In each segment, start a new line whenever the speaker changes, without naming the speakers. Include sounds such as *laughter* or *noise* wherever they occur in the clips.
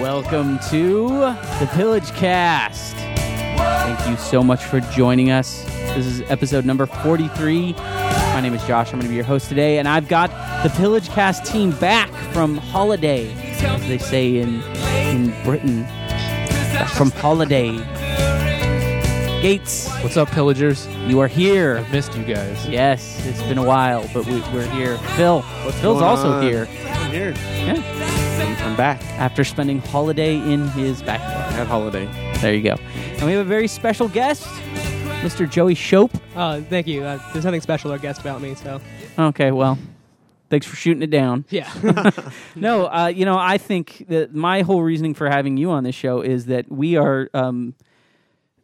welcome to the Pillage Cast. Thank you so much for joining us. This is episode number 43. My name is Josh. I'm going to be your host today, and I've got the Pillage Cast team back from holiday, as they say in, in Britain. Back From holiday. Gates,
What's up, pillagers?
you are here.
I've missed you guys.
Yes, it's been a while, but we, we're here. Phil, Phil's
going
also
on?
here.
Here,
Yeah,
I'm back.
after spending holiday in his backyard.
At holiday.
There you go. And we have a very special guest, Mr. Joey Shope.
Oh, thank you. Uh, there's nothing special or guest about me, so *laughs*
Okay, well, thanks for shooting it down. *laughs*
yeah.
No, uh, you know, I think that my whole reasoning for having you on this show is that we are um,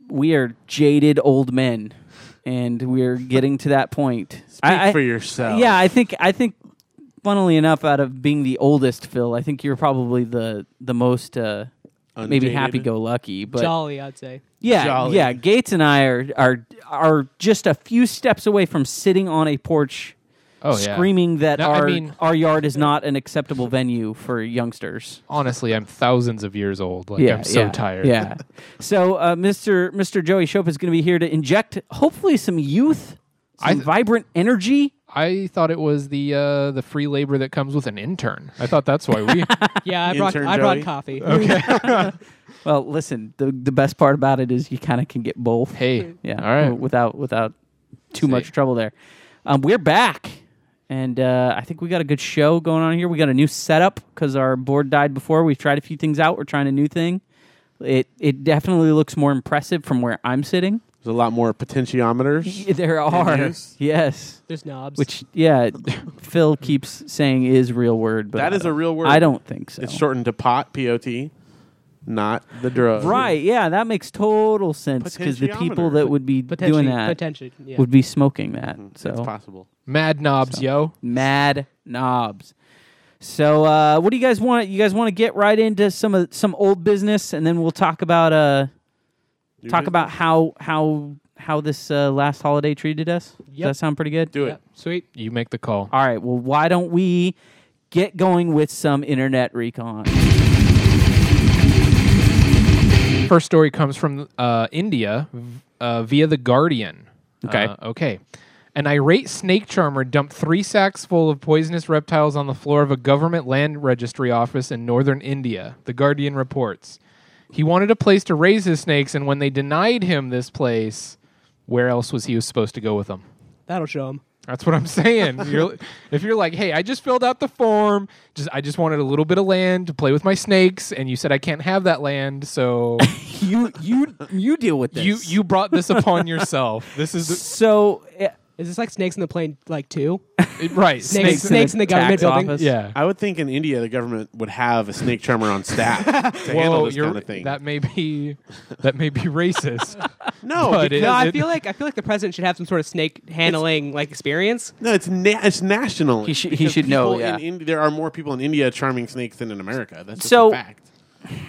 we are jaded old men, and we're getting to that point. Speak
for yourself.
Yeah, I think I think. Funnily enough, out of being the oldest, Phil, I think you're probably the the most uh, maybe
Undated.
happy-go-lucky. But
Jolly, I'd say.
Yeah,
Jolly.
yeah. Gates and I are are are just a few steps away from sitting on a porch,
Oh yeah.
screaming that
No, I
our
mean-
our yard is not an acceptable venue for youngsters.
Honestly, I'm thousands of years old. Like
yeah,
I'm so
yeah,
tired. *laughs*
Yeah. so, uh, Mr. Mr. Joey Shope is going to be here to inject hopefully some youth, some
I th-
vibrant energy.
I thought it was the uh, the free labor that comes with an intern. I thought that's
*laughs*
why we.
Yeah, I brought
Intern
I brought
Joey?
coffee.
Well, listen, the the best part about it is you kind of can get both.
hey.
Yeah.
All right.
Without without too
See.
much trouble there. Um, we're back, and uh, I think we got a good show going on here. We got a new setup because our board died before. We've tried a few things out. We're trying a new thing. It it definitely looks more impressive from where I'm
*laughs*
sitting. *laughs*
There's a lot more potentiometers.
There are
is?
yes,
*laughs* There's knobs.
which yeah, Phil keeps saying is real word, but
That
I
is a
don't-
real word.
I don't think so.
It's shortened to pot, P O T, not the drug.
Right? Yeah, that makes total sense because the people
Potentiometer.
that would be
potentially
doing that
potentially. Yeah.
would be smoking that. So
Mm-hmm. It's possible.
Mad knobs, yo.
Mad knobs. So, uh, what do you guys want? You guys want to get right into some of some old business, and then we'll talk about uh, talk
business?
about how how how this uh, last holiday treated us. Does
Yep.
that sound pretty good?
Do it.
Yep, Sweet.
You make the call.
All right. Well, why don't we get going with some internet
*laughs*
recon?
First story comes from uh, India uh, via the Guardian.
Okay.
Uh, okay. An irate snake charmer dumped three sacks full of poisonous reptiles on the floor of a government land registry office in northern India, The Guardian reports. He wanted a place to raise his snakes, and when they denied him this place, where else was he supposed to go with them?
That'll show him.
That's what I'm *laughs* saying. You're- if you're like, hey, I just filled out the form, just I just wanted a little bit of land to play with my snakes, and you said I can't have that land, so
you you you deal with this.
you you brought this upon *laughs* yourself. This is
So uh,
Is this like snakes in the plane like
*laughs*
two?
the, right.
Snakes- snakes in the government
tax
building?
office?
Yeah.
I would think in India the government would have a snake charmer on
*laughs*
staff to handle this
you're-
kind of thing.
That may be that
*laughs*
may be racist. *laughs*
no,
but
because-
Is
No, I
it-
feel like I feel like the president should have some sort of snake handling like experience.
no, it's na- it's national.
He should- he
Because
should know,
people in
yeah.
Indi- there are more people in India charming snakes than in America. That's just
So-
a fact.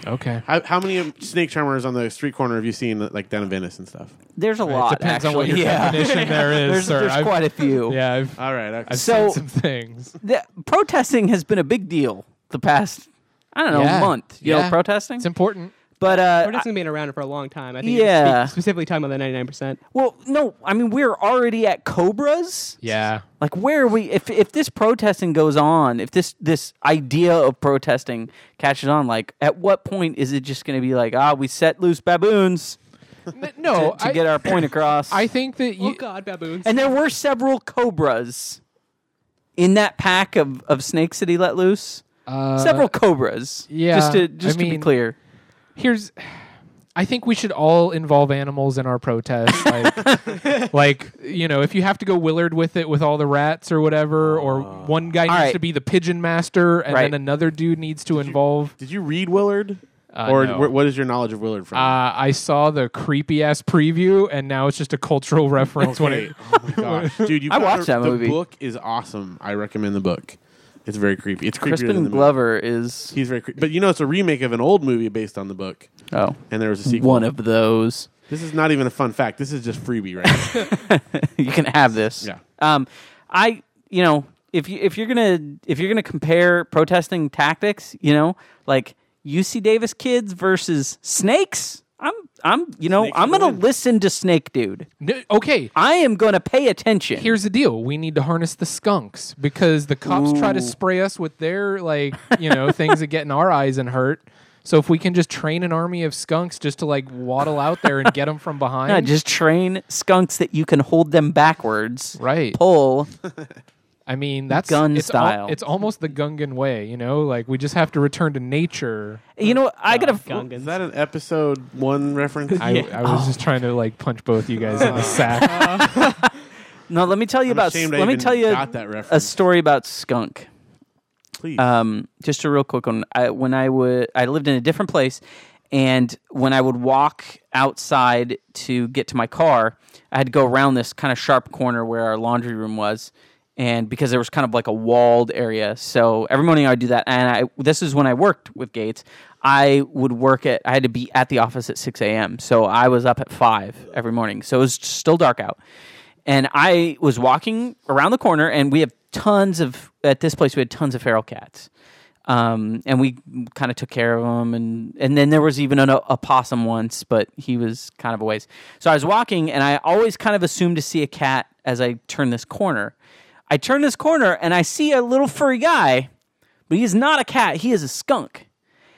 okay.
How, how many of snake charmers on the street corner have you seen, like down in Venice and stuff?
there's a
It
lot.
depends
actually.
on what your
yeah.
definition there is,
*laughs* There's,
sir.
there's
I've,
quite a few.
*laughs* yeah, I've,
All right. okay.
I've
So-
seen some things.
the protesting has been a big deal the past I don't know
Yeah.
month. You know,
Yeah.
protesting.
It's important.
But
We're
uh,
just
I-
gonna be around for a long time. I think you
Yeah.
speak- specifically talking about the ninety nine percent.
well, no, I mean we're already at Cobras.
Yeah.
Like where are we? If if this protesting goes on, if this this idea of protesting catches on, like at what point is it just going to be like ah we set loose baboons
No,
to
I,
get our
*coughs*
point across?
I think that you
Oh God, baboons.
and there were several Cobras in that pack of of snakes that he let loose.
uh,
several Cobras.
yeah,
just to
I
just to be
mean-
clear.
here's I think we should all involve animals in our
*laughs*
protest. Like, like, you know, if you have to go Willard with it with all the rats or whatever, or
Uh,
one guy needs
right.
to be the pigeon master, and
Right.
then another dude needs to involve.
Did you read Willard?
Uh,
or
no.
wh- what is your knowledge of Willard from?
Uh, I saw the creepy ass preview, and now it's just a cultural *laughs* reference. When
Hey,
it,
oh my *laughs* gosh, dude! You
I
gotta-
watched that movie.
The book is awesome. I recommend the book. It's very creepy. It's creepier than
Crispin
the
Glover is
Movie. He's very creepy, but you know it's a remake of an old movie based on the book,
oh
and there was a sequel.
one of those.
this is not even a fun fact. This is just freebie, right? now.
*laughs* you can have this.
Yeah.
Um, I you know if you if you're gonna if you're gonna compare protesting tactics, you know like UC Davis kids versus snakes. I'm I'm you know
Snakes
I'm
will
gonna
win.
listen to Snake Dude.
No, okay,
I am gonna pay attention.
here's the deal: we need to harness the skunks because the cops try to spray us with their like
*laughs*
you know things that get in our eyes and hurt. So if we can just train an army of skunks just to like waddle out there and get them
*laughs*
from behind,
Yeah, just train skunks that you can hold them backwards.
right?
Pull.
I mean, that's
Gun
it's al-
style.
it's almost the Gungan way, you know. Like we just have to return to nature.
You know, what?
*laughs*
I gotta.
Is
Gungans.
that an episode one
*laughs*
reference?
I, I was just trying to like punch both you guys in the sack.
No, let me tell you
I'm
about.
ashamed I
Let me
even
tell you
got that
a
reference.
story about skunk.
Please.
um, just a real quick one. I, when I would, I lived in a different place, and when I would walk outside to get to my car, I had to go around this kind of sharp corner where our laundry room was, and because there was kind of like a walled area, so every morning I would do that. And I, this is when I worked with Gates. I would work at, I had to be at the office at six a.m., so I was up at five every morning. So it was still dark out and I was walking around the corner, and we have tons of at this place we had tons of feral cats, um, and we kind of took care of them, and and then there was even an, a possum once, but he was kind of a ways. So I was walking, and I always kind of assumed to see a cat as I turned this corner. I turn this corner, and I see a little furry guy, but he is not a cat; he is a skunk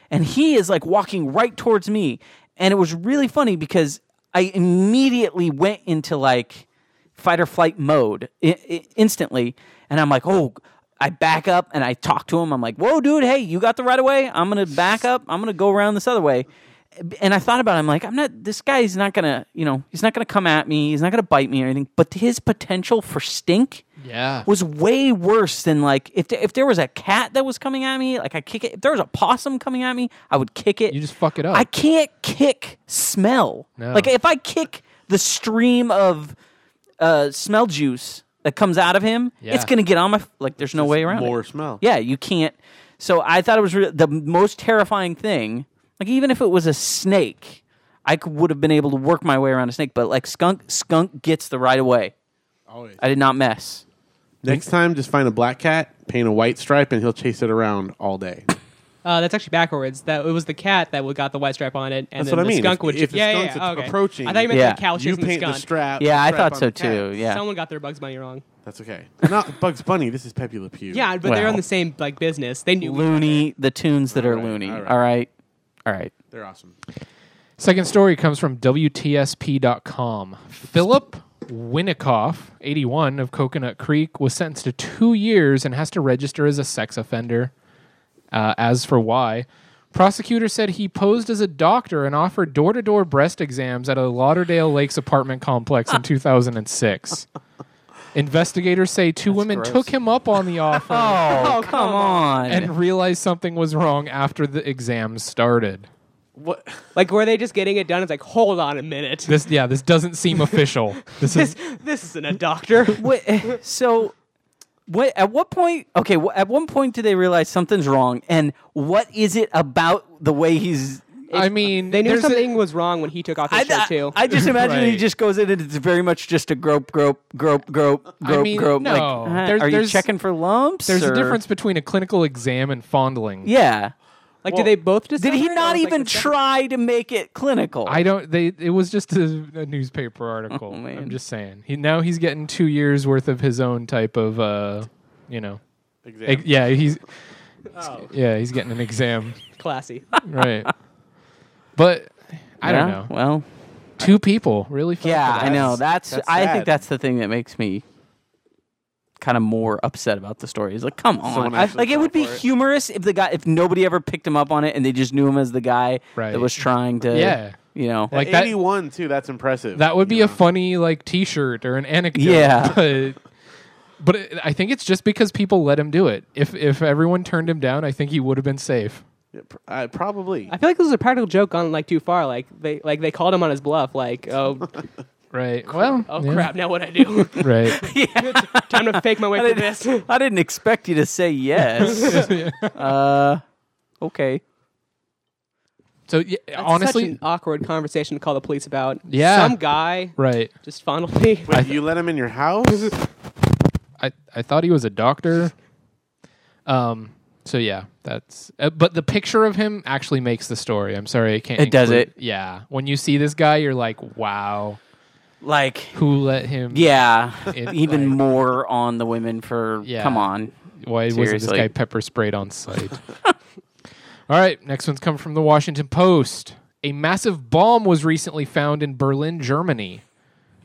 and he is like walking right towards me and it was really funny because i immediately went into like fight or flight mode I- I- instantly and i'm like oh i back up and i talk to him i'm like whoa dude hey you got the right of way i'm gonna back up i'm gonna go around this other way and i thought about it i'm like i'm not this guy's not gonna you know he's not gonna come at me he's not gonna bite me or anything but his potential for stink
Yeah.
was way worse than like if th- if there was a cat that was coming at me, like I kick it. If there was a possum coming at me, I would kick it.
You just fuck it up.
I can't kick smell.
No.
Like if I kick the stream of uh, smell juice that comes out of him,
Yeah.
it's gonna get on my f- like. There's no way around it.
More smell.
Yeah, you can't. So I thought it was re- the most terrifying thing. Like even if it was a snake, I could, would have been able to work my way around a snake. But like skunk, skunk gets the right away.
Always.
I did not mess.
Next time, just find a black cat, paint a white stripe, and he'll chase it around all day.
Uh, that's actually backwards. That it was the cat that would got the white stripe on it, and
That's
then
what I
the
mean.
skunk
If-
would.
if the
yeah, yeah,
skunk's
yeah, okay.
approaching,
I thought you meant
Yeah.
the cow
you
chasing
paint the
skunk.
strap.
Yeah,
the
I
strap
thought
on
so
the cat.
too. Yeah.
Someone got their Bugs Bunny wrong.
That's okay. Not Bugs Bunny. This is Pepe Le Pew.
Yeah, but they're
Wow.
in the same like business. They knew.
loony the tunes that are
right,
loony.
all right.
All right. All right.
they're awesome.
Second story comes from WTSP.com. Philip Winnikoff, 81, of Coconut Creek, was sentenced to two years and has to register as a sex offender. Uh, as for why, prosecutor said he posed as a doctor and offered door to door breast exams at a Lauderdale Lakes apartment complex
*laughs*
in 2006. Investigators say two women
gross.
took him
*laughs*
up on the offer
Oh, come on.
and realized something was wrong after the exams started.
What? *laughs*
Like, were they just getting it done? It's like, hold on a minute.
This yeah, this doesn't seem official. This
*laughs*
is
*laughs* this isn't
*laughs*
a doctor.
Wait, *laughs* so what at what point okay, wh- at one point do they realize something's wrong and what is it about the way he's
I mean,
They knew
there's a-
something was wrong when he took off his
I,
shirt too.
I, I just imagine he
Right.
just goes in and it's very much just a grope, grope, grope, grope, grope,
mean,
grope. like,
no.
huh,
There's-
Uh-huh. are you
there's-
checking for lumps?
there's
or-
a difference between a clinical exam and fondling.
Yeah.
like, do they both just?
Did he not even try to make it clinical?
I don't. They. It was just a, a newspaper article.
man.
I'm just saying. He now he's getting two years worth of his own type of, uh, you know, ex- yeah. *laughs* He's, yeah, he's getting an *laughs* exam,
classy?
right? But I don't
Yeah,
know.
Well,
Two people really. fell
Yeah,
for
I
that.
know. That's,
That's-
I
that's
think
sad.
that's the thing that makes me kind of more upset about the story. Is like, come on,
Someone
I-
actually
like it
fell
would be
for it.
humorous if the guy if nobody ever picked him up on it and they just knew him as the guy
Right.
that was trying to,
Yeah.
you know,
Like that.
81 too. That's impressive.
That would be
You
a
know?
funny like T-shirt or an anecdote.
Yeah.
*laughs* but but it, I think it's just because people let him do it. If if everyone turned him down, I think he would have been safe.
Yeah, pr- uh, probably.
I feel like this was a practical joke gone like too far. Like they like they called him on his bluff. Like
*laughs*
oh
Right. Well.
oh
yeah.
crap now what
*laughs*
I do?
*laughs*
*laughs*
Right.
Time to fake my way through this.
I didn't expect you to say
*laughs*
yes. uh, okay,
So yeah,
That's
honestly,
such an awkward conversation to call the police about.
Yeah.
some guy
right.
just fondled
*laughs*
me.
Wait, you let him in your house? *laughs*
I I thought he was a doctor. Um. So yeah, that's. Uh, but the picture of him actually makes the story. I'm sorry, I can't.
It does
include-
it.
Yeah, when you see this guy, you're like, wow,
Like,
who let him?
yeah,
It-
even
like-
more on the women for
Yeah.
come on.
Why wasn't this
Seriously.
guy pepper sprayed on site? *laughs* All right, next one's come from the Washington Post. A massive bomb was recently found in Berlin, Germany. It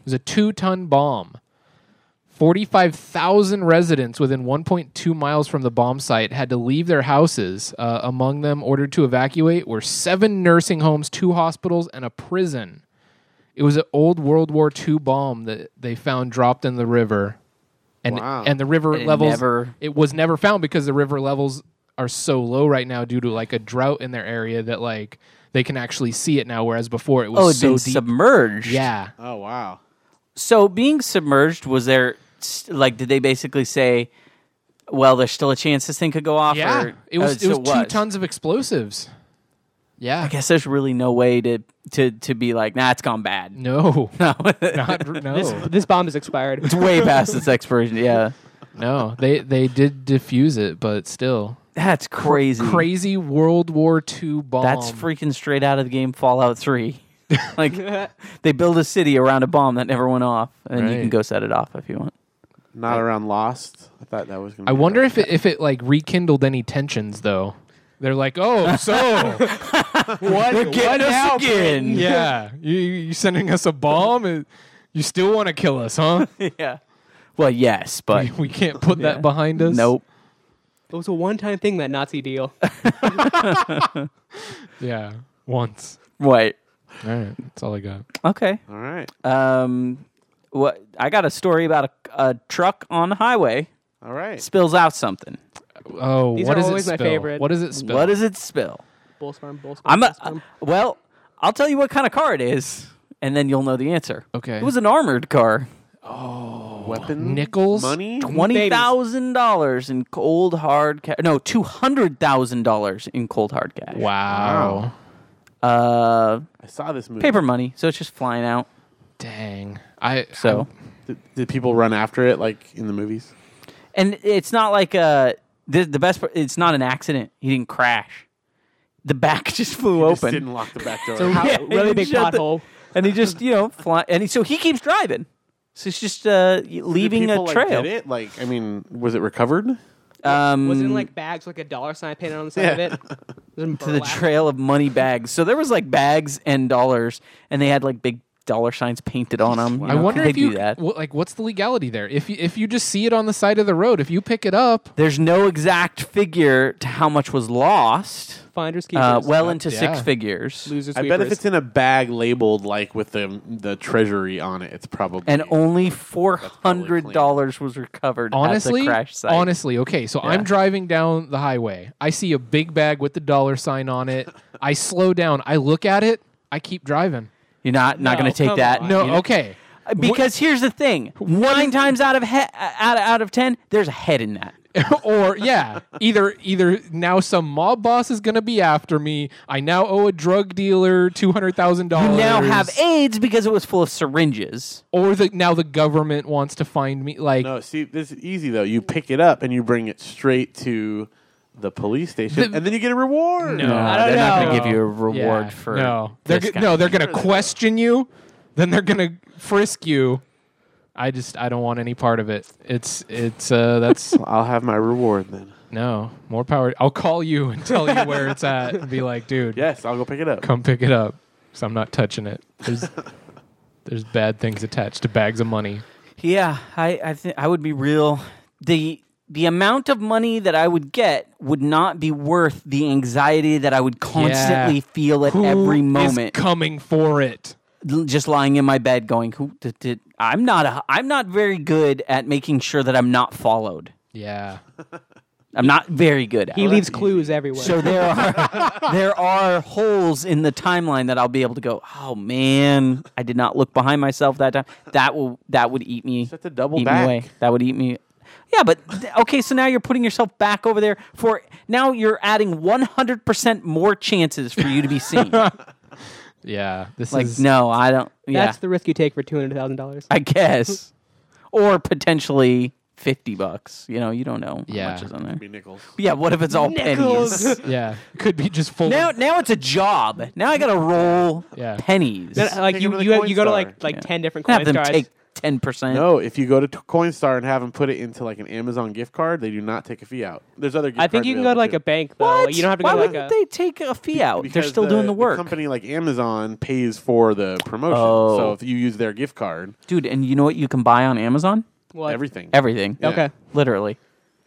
was a two ton bomb. 45,000 residents within 1.2 miles from the bomb site had to leave their houses. Uh, among them, ordered to evacuate, were seven nursing homes, two hospitals, and a prison. It was an old World War II bomb that they found dropped in the river. And,
Wow.
and the river
And it
levels
never-
it was never found because the river levels are so low right now due to like a drought in their area that like they can actually see it now whereas before it was
Oh, it's
so
been
deep
submerged.
yeah
Oh wow.
So being submerged was there? s- Like, did they basically say, "Well, there's still a chance this thing could go off"?
yeah
or-
it was
oh,
it
so
was two tons of explosives yeah
I guess there's really no way to to to be like, "Nah, it's gone bad."
no
*laughs* No,
not no
This this bomb is expired.
it's way past its expiration. Yeah,
no they they did diffuse it but still
that's crazy.
crazy Um, world war ii bomb
That's freaking straight out of the game Fallout
*laughs*
Three. like, they build a city around a bomb that never went off, and then you can
Right.
go set it off if you want.
Not around Lost. I thought that was. Gonna
i
be
wonder
better.
if it, if it like rekindled any tensions though they're like oh so *laughs*
What? They're
what
getting
now,
us again.
Yeah, *laughs* you you sending us a bomb? and You still want to kill
*laughs*
us, huh?
yeah. Well, yes, but
We- we can't put that behind us.
nope.
It was a one-time thing that Nazi deal.
Yeah, once.
Right.
All right, that's all I got.
Okay.
All right.
Um, what I got a story about a, a truck on the highway
All right.
spills out something.
Oh,
These
what
are
does
always
it
my
spill?
favorite.
What does it spill?
What does it spill?
Bull sperm, bull sperm,
I'm
bull
a, uh,
sperm.
*laughs* well. I'll tell you what kind of car it is, and then you'll know the answer.
Okay.
It was an armored car.
Weapon.
nickels?
Money.
Twenty thousand dollars in cold hard cash. No, two hundred thousand dollars in cold hard cash.
Wow.
Uh,
I saw this movie.
paper money. So it's just flying out.
Dang. I
So.
Did, did people run after it like in the movies?
and it's not like uh the, the best part it's not an accident he didn't crash the back *laughs* just flew
Just
open
didn't lock the back door.
*laughs*
How-
yeah,
really
you
big
shut the-
pothole.
and he just you know fly and he, so he keeps driving so it's just uh
Did
leaving
people,
a trail
Like, get it? Like, I mean, was it recovered?
um
was it in like bags, with, like a dollar sign painted on the side of
*laughs*
Yeah.
it? Was it in
to the
burlap?
trail of money bags so there was like bags and dollars and they had like big dollar signs painted on them
I wonder
they
if you
do that
wh- like what's the legality there? If you, if you just see it on the side of the road, if you pick it up,
there's no exact figure to how much was lost
Finders keepers.
uh, well into
Yeah.
six figures
losers.
I bet if it's in a bag labeled like with the the treasury on it, it's probably
and only four
probably
hundred
clean.
dollars was recovered at
honestly,
the crash site.
honestly, okay. So I'm driving down the highway. I see a big bag with the dollar sign on it. I slow down. I look at it. I keep driving.
You're not not
No,
going to take
come
that.
on.
No,
You're-
okay. *laughs*
Because here's the thing: nine times out of he- out out of ten, there's a head in that.
or yeah, either either now some mob boss is gonna be after me. I now owe a drug dealer two hundred thousand
You
dollars.
now have AIDS because it was full of syringes.
or the now the government wants to find me. Like
No, see, this is easy though. You pick it up and you bring it straight to the police station,
The-
and then you get a reward.
No. I
Uh, they're not
don't know.
going to give you a reward
yeah,
for
no, they're
this
go-
guy.
no, they're gonna question you, then they're gonna frisk you. I just I don't want any part of it. It's it's
*laughs*
uh that's
I'll have my reward then.
no more power. I'll call you and tell you where it's at and be like, dude,
Yes, I'll go pick it up.
come pick it up. Cause I'm not touching it. There's there's bad things attached to bags of money.
Yeah, I I think I would be real. the The amount of money that I would get would not be worth the anxiety that I would constantly feel at
Who
every
is
moment.
coming for it.
l- just lying in my bed going who did, did i'm not a, i'm not very good at making sure that i'm not followed
Yeah.
i'm not very good at
he
it.
leaves clues
*laughs*
everywhere.
so there are there are holes in the timeline that i'll be able to go oh man i did not look behind myself that time that will that would eat me
Set the double
eat
back.
me away that would eat me yeah, but th- okay, so now you're putting yourself back over there for now you're adding 100% more chances for you to be
*laughs*
seen. like
Yeah. This is
no, I don't yeah.
That's the risk you take for two hundred thousand dollars.
I guess. Or potentially fifty bucks. You know, you don't know
Yeah.
how much is on there.
Be nickels.
Yeah, what if it's all pennies?
yeah, could be just full.
now, now it's a job. Now I gotta roll
Yeah.
pennies.
Then, like
Take
you,
them to the
you,
coin
you go to
star.
like like
Yeah.
ten different coin
Have them
stars.
take ten percent.
No, if you go to t- Coinstar and have them put it into like an Amazon gift card, they do not take a fee out. There's other. Gift
I think
cards
you can go to like a
available,
bank though.
What?
Like, you don't have to
Why
go to like
wouldn't
a.
they take a fee out?
too.
They're
Because
still doing the work,
company like Amazon pays for the promotion,
Oh.
so if you use their gift card,
dude. And you know what you can buy on Amazon?
What?
everything.
Everything.
Yeah,
Okay.
Literally.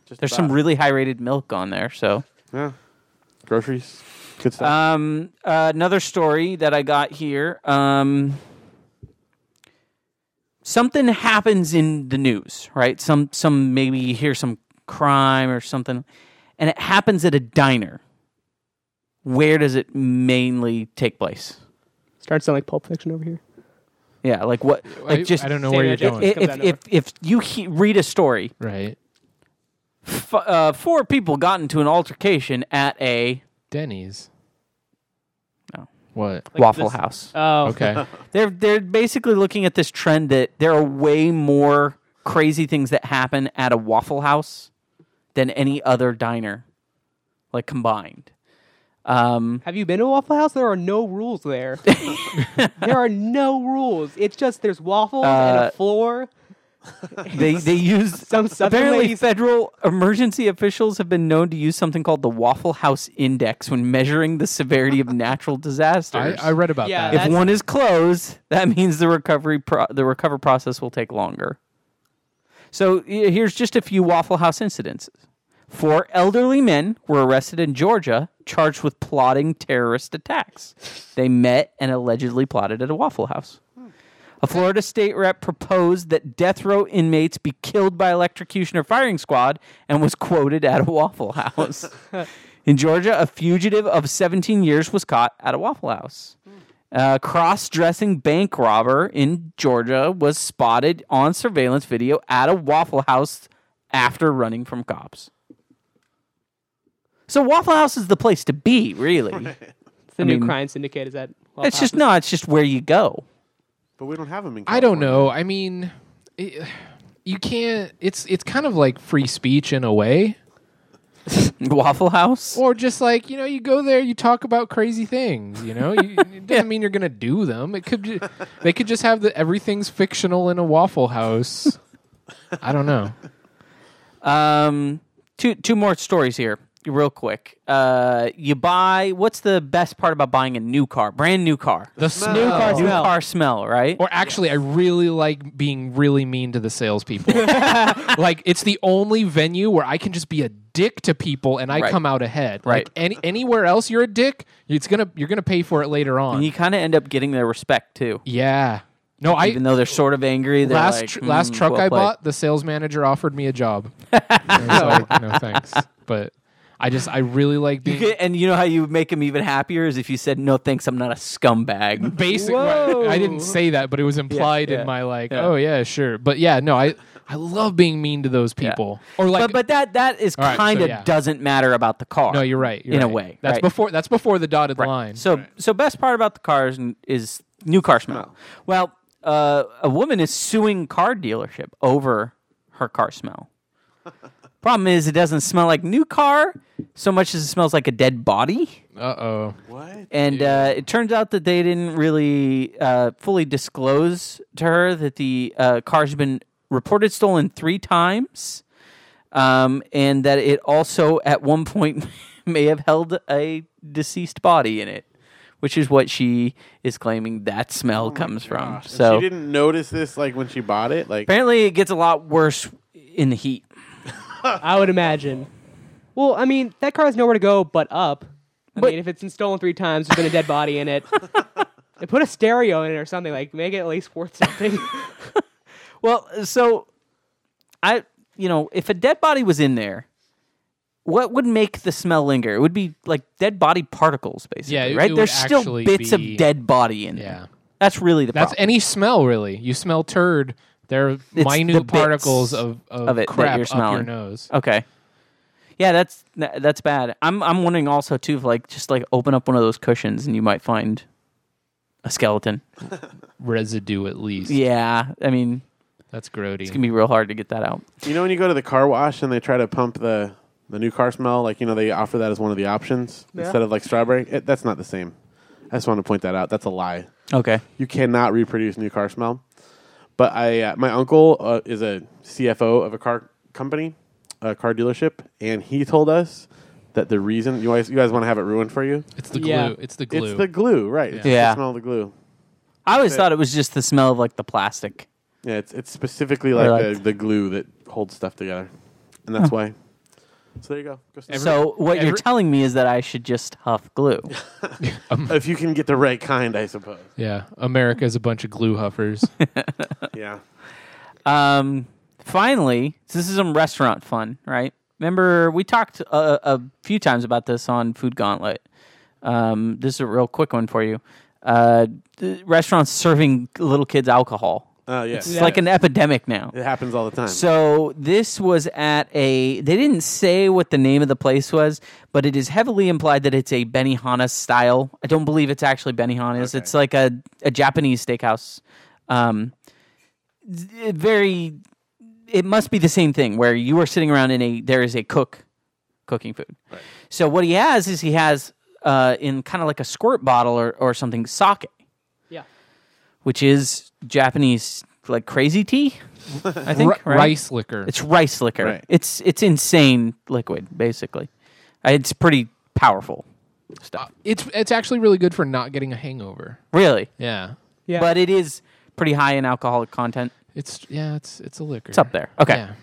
just
There's some
about.
really high rated milk on there. So,
yeah. groceries, good stuff.
um, uh, another story that I got here. Um, something happens in the news, right? Some, some maybe you hear some crime or something, and it happens at a diner. Where does it mainly take place?
Starts sounding like Pulp Fiction over here.
Yeah, like what? Like
I,
just
I don't know where you're
Stay there,
going.
Jack.
if
Comes
if,
out
if, if you he- read a story
right,
f- uh, four people got into an altercation at a
Denny's.
No.
What?
Waffle
this-
House. *laughs*
Oh,
Okay.
They're they're basically looking at this trend that there are way more crazy things that happen at a Waffle House than any other diner, like combined.
*laughs*
Um,
Have you been to a Waffle House? There are no
*laughs*
rules there. there are no rules. It's just there's waffles and
Uh,
a floor.
they they use
Some something
apparently
ladies-
federal emergency officials have been known to use something called the Waffle House Index when measuring the severity of natural
I,
disasters.
I read about
Yeah,
that.
if
that's-
one is closed, that *laughs* means the recovery pro- the recover process will take longer. So he- here's just a few Waffle House incidences. Four elderly men were arrested in Georgia, charged with plotting terrorist attacks. They met and allegedly plotted at a Waffle House. A Florida state rep proposed that death row inmates be killed by electrocution or firing squad and was quoted at a Waffle House. in Georgia, a fugitive of 17 years was caught at a Waffle House. A cross dressing bank robber in Georgia was spotted on surveillance video at a Waffle House after running from cops. So, Waffle House is the place to be, really.
It's
I
the new
mean,
crime syndicate is that. Waffle
It's just
Houses.
no, it's just where you go.
but we don't have them in.
I don't
California.
know. I mean, it, you can't. It's it's kind of like free speech in a way,
Waffle House?
or just like you know, you go there, you talk about crazy things. You know, you,
*laughs*
it doesn't mean you're gonna do them. It could ju- they could just have the everything's fictional in a Waffle House. I don't know.
Um, two two more stories here, real quick. Uh, you buy. What's the best part about buying a new car, brand new car?
The
new
smell.
car, new car smell, right?
Or actually, I really like being really mean to
*laughs*
the salespeople. like it's the only venue where I can just be a dick to people and I
Right.
come out ahead.
Right.
Like any anywhere else, you're a dick. It's gonna you're gonna pay for it later on.
and you kind of end up getting their respect too,
yeah. No, I
even though they're sort of angry. They're
last
like,
tr- last
"Mm,
truck
well
I
played."
bought, the sales manager offered me
*laughs*
a job. I was like, no thanks, but I just I really like
You
being
get- *laughs* and you know how you make them even happier is if you said, "No, thanks, I'm not a scumbag."
*laughs* basic.
Whoa.
I didn't say that, but it was implied
yeah,
in my like,
yeah.
oh yeah, sure. But yeah, no, I I love being mean to those people. Or *laughs* like,
but but that that is
All right, so
kind of
yeah.
doesn't matter about the car.
no, you're right. you're
in a
right.
way,
that's
right?
before that's before the dotted line.
So, so best part about the cars n- is new car smell. Well, uh, a woman is suing car dealership over her car smell. Problem is, it doesn't smell like new car so much as it smells like a dead body.
uh oh,
What?
And uh, it turns out that they didn't really uh, fully disclose to her that the uh, car's been reported stolen three times, um, and that it also at one point *laughs* may have held a deceased body in it, which is what she is claiming that smell comes from.
Oh And
So
she didn't notice this like when she bought it. Like
apparently, it gets a lot worse in the heat.
I would imagine. Well, I mean, that car has nowhere to go but up. I mean, if it's been stolen three times, there's been a dead body in it. They put a stereo in it or something. Like, make it at least worth something.
Well, so I, you know, if a dead body was in there, what would make the smell linger? It would be like dead body particles, basically.
Yeah, it-
right.
it
There's
would
still
actually
bits
be-
of dead body in
yeah.
there. That's really the
That's
problem.
any smell really. You smell turd. They're
the
minute
bits
particles of, of,
of it that
crap
you're
up your
smelling.
nose.
okay. Yeah, that's tha- that's bad. I'm I'm wondering also too if like just like open up one of those cushions and you might find a skeleton.
Residue at least.
Yeah, I mean
That's grody.
It's gonna be real hard to get that out.
You know when you go to the car wash and they try to pump the the new car smell, like you know they offer that as one of the options
Yeah.
instead of like strawberry. It, that's not the same. I just want to point that out. That's a lie.
Okay.
You cannot reproduce new car smell. But I, uh, my uncle uh, is a CFO of a car company, a car dealership, and he told us that the reason you guys you guys want to have it ruined for you,
it's the glue.
Yeah.
It's the glue.
it's the glue, right? It's
Yeah.
the smell of the glue.
I always thought it was just the smell of like the plastic.
Yeah, it's it's specifically like
Right.
the, the glue that holds stuff together, and that's why. So there you go. go Steve.
so what you're
every-
telling me is that I should just huff glue.
if you can get the right kind, I suppose.
yeah. America's a bunch of glue huffers.
Uh,
Yeah.
Um, finally, so this is some restaurant fun, right? Remember, we talked a, a few times about this on Food Gauntlet. Um, this is a real quick one for you. Uh, the restaurants serving little kids alcohol.
Oh yeah.
It's like an epidemic now.
It happens all the time.
So this was at a. They didn't say what the name of the place was, but it is heavily implied that it's a Benihana style. I don't believe it's actually Benihana's. It's like a a Japanese steakhouse. Um, it very. It must be the same thing where you are sitting around in a. There is a cook cooking food. So what he has is he has uh, in kind of like a squirt bottle or, or something sake,
Yeah.
which is Japanese like crazy tea. I think
Ri-
*laughs* right?
Rice liquor.
It's rice liquor.
Right.
It's it's insane liquid, basically. Uh, It's pretty powerful stuff.
Uh, it's it's actually really good for not getting a hangover.
Really.
Yeah.
Yeah.
But it is pretty high in alcoholic content.
It's yeah. It's it's a liquor.
It's up there. Okay.
Yeah.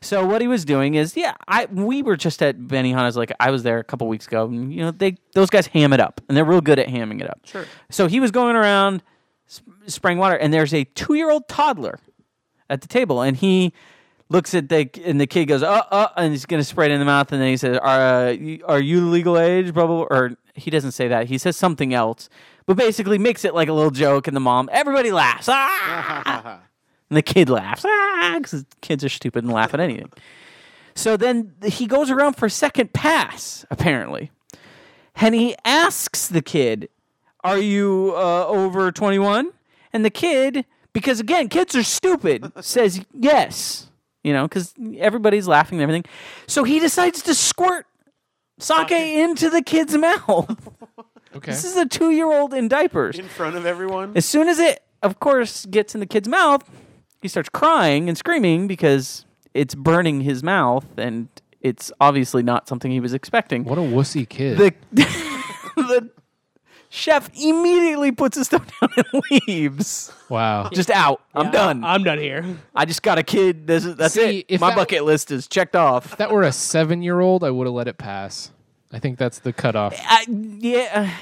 So what he was doing is, yeah, I we were just at Benihana's. Like I was there a couple weeks ago, and you know they those guys ham it up, and they're real good at hamming it up. Sure. So he was going around sp- spraying water, and there's a two year old toddler at the table, and he looks at the and the kid goes, uh, uh, and he's gonna spray it in the mouth, and then he says, are uh, you- are you legal age? Blah, blah blah. Or he doesn't say that. He says something else, but basically makes it like a little joke, and the mom, everybody laughs. Ah! And the kid laughs. Ah, 'cause kids are stupid and laugh at anything. So then he goes around for a second pass, apparently. And he asks the kid, Are you uh, over 21? And the kid, because again, kids are stupid, says yes. You know, because everybody's laughing and everything. So he decides to squirt sake into the kid's mouth.
Okay.
This is a two year old in diapers.
in front of everyone.
As soon as it, of course, gets in the kid's mouth, he starts crying and screaming because it's burning his mouth and it's obviously not something he was expecting.
what a wussy kid. *laughs*
The, *laughs* the chef immediately puts his stuff down and leaves.
wow.
*laughs* Just out. I'm
Yeah,
done. I,
I'm done here.
just got a kid. This is, that's
See,
it.
if
My
that-
bucket list is checked off.
If that were a seven year old, I would have let it pass. I think that's the cutoff.
I, yeah.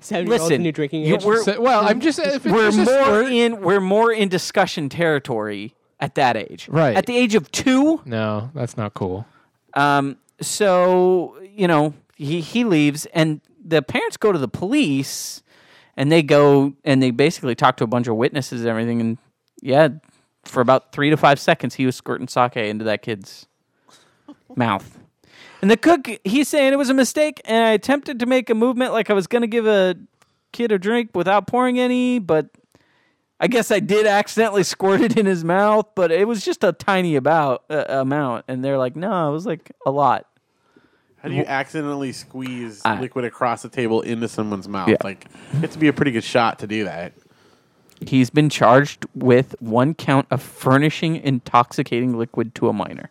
Seven year olds
Listen,
in your drinking
you-
age.
we're-
So- well, I'm just if it's
we're
just a
more
squirt-
in we're more in discussion territory at that age.
Right.
At the age of 2,
No, that's not cool.
Um, so you know he he leaves, and the parents go to the police, and they go and they basically talk to a bunch of witnesses and everything, and yeah, for about three to five seconds, he was squirting sake into that kid's mouth. And the cook, he's saying it was a mistake, and I attempted to make a movement like I was going to give a kid a drink without pouring any, but I guess I did accidentally *laughs* squirt it in his mouth, but it was just a tiny about uh, amount. And they're like, no, it was like a lot.
How do you accidentally squeeze
I-
liquid across the table into someone's mouth?
Yeah.
Like, it has to be a pretty good shot to do that.
He's been charged with one count of furnishing intoxicating liquid to a
*laughs*
minor.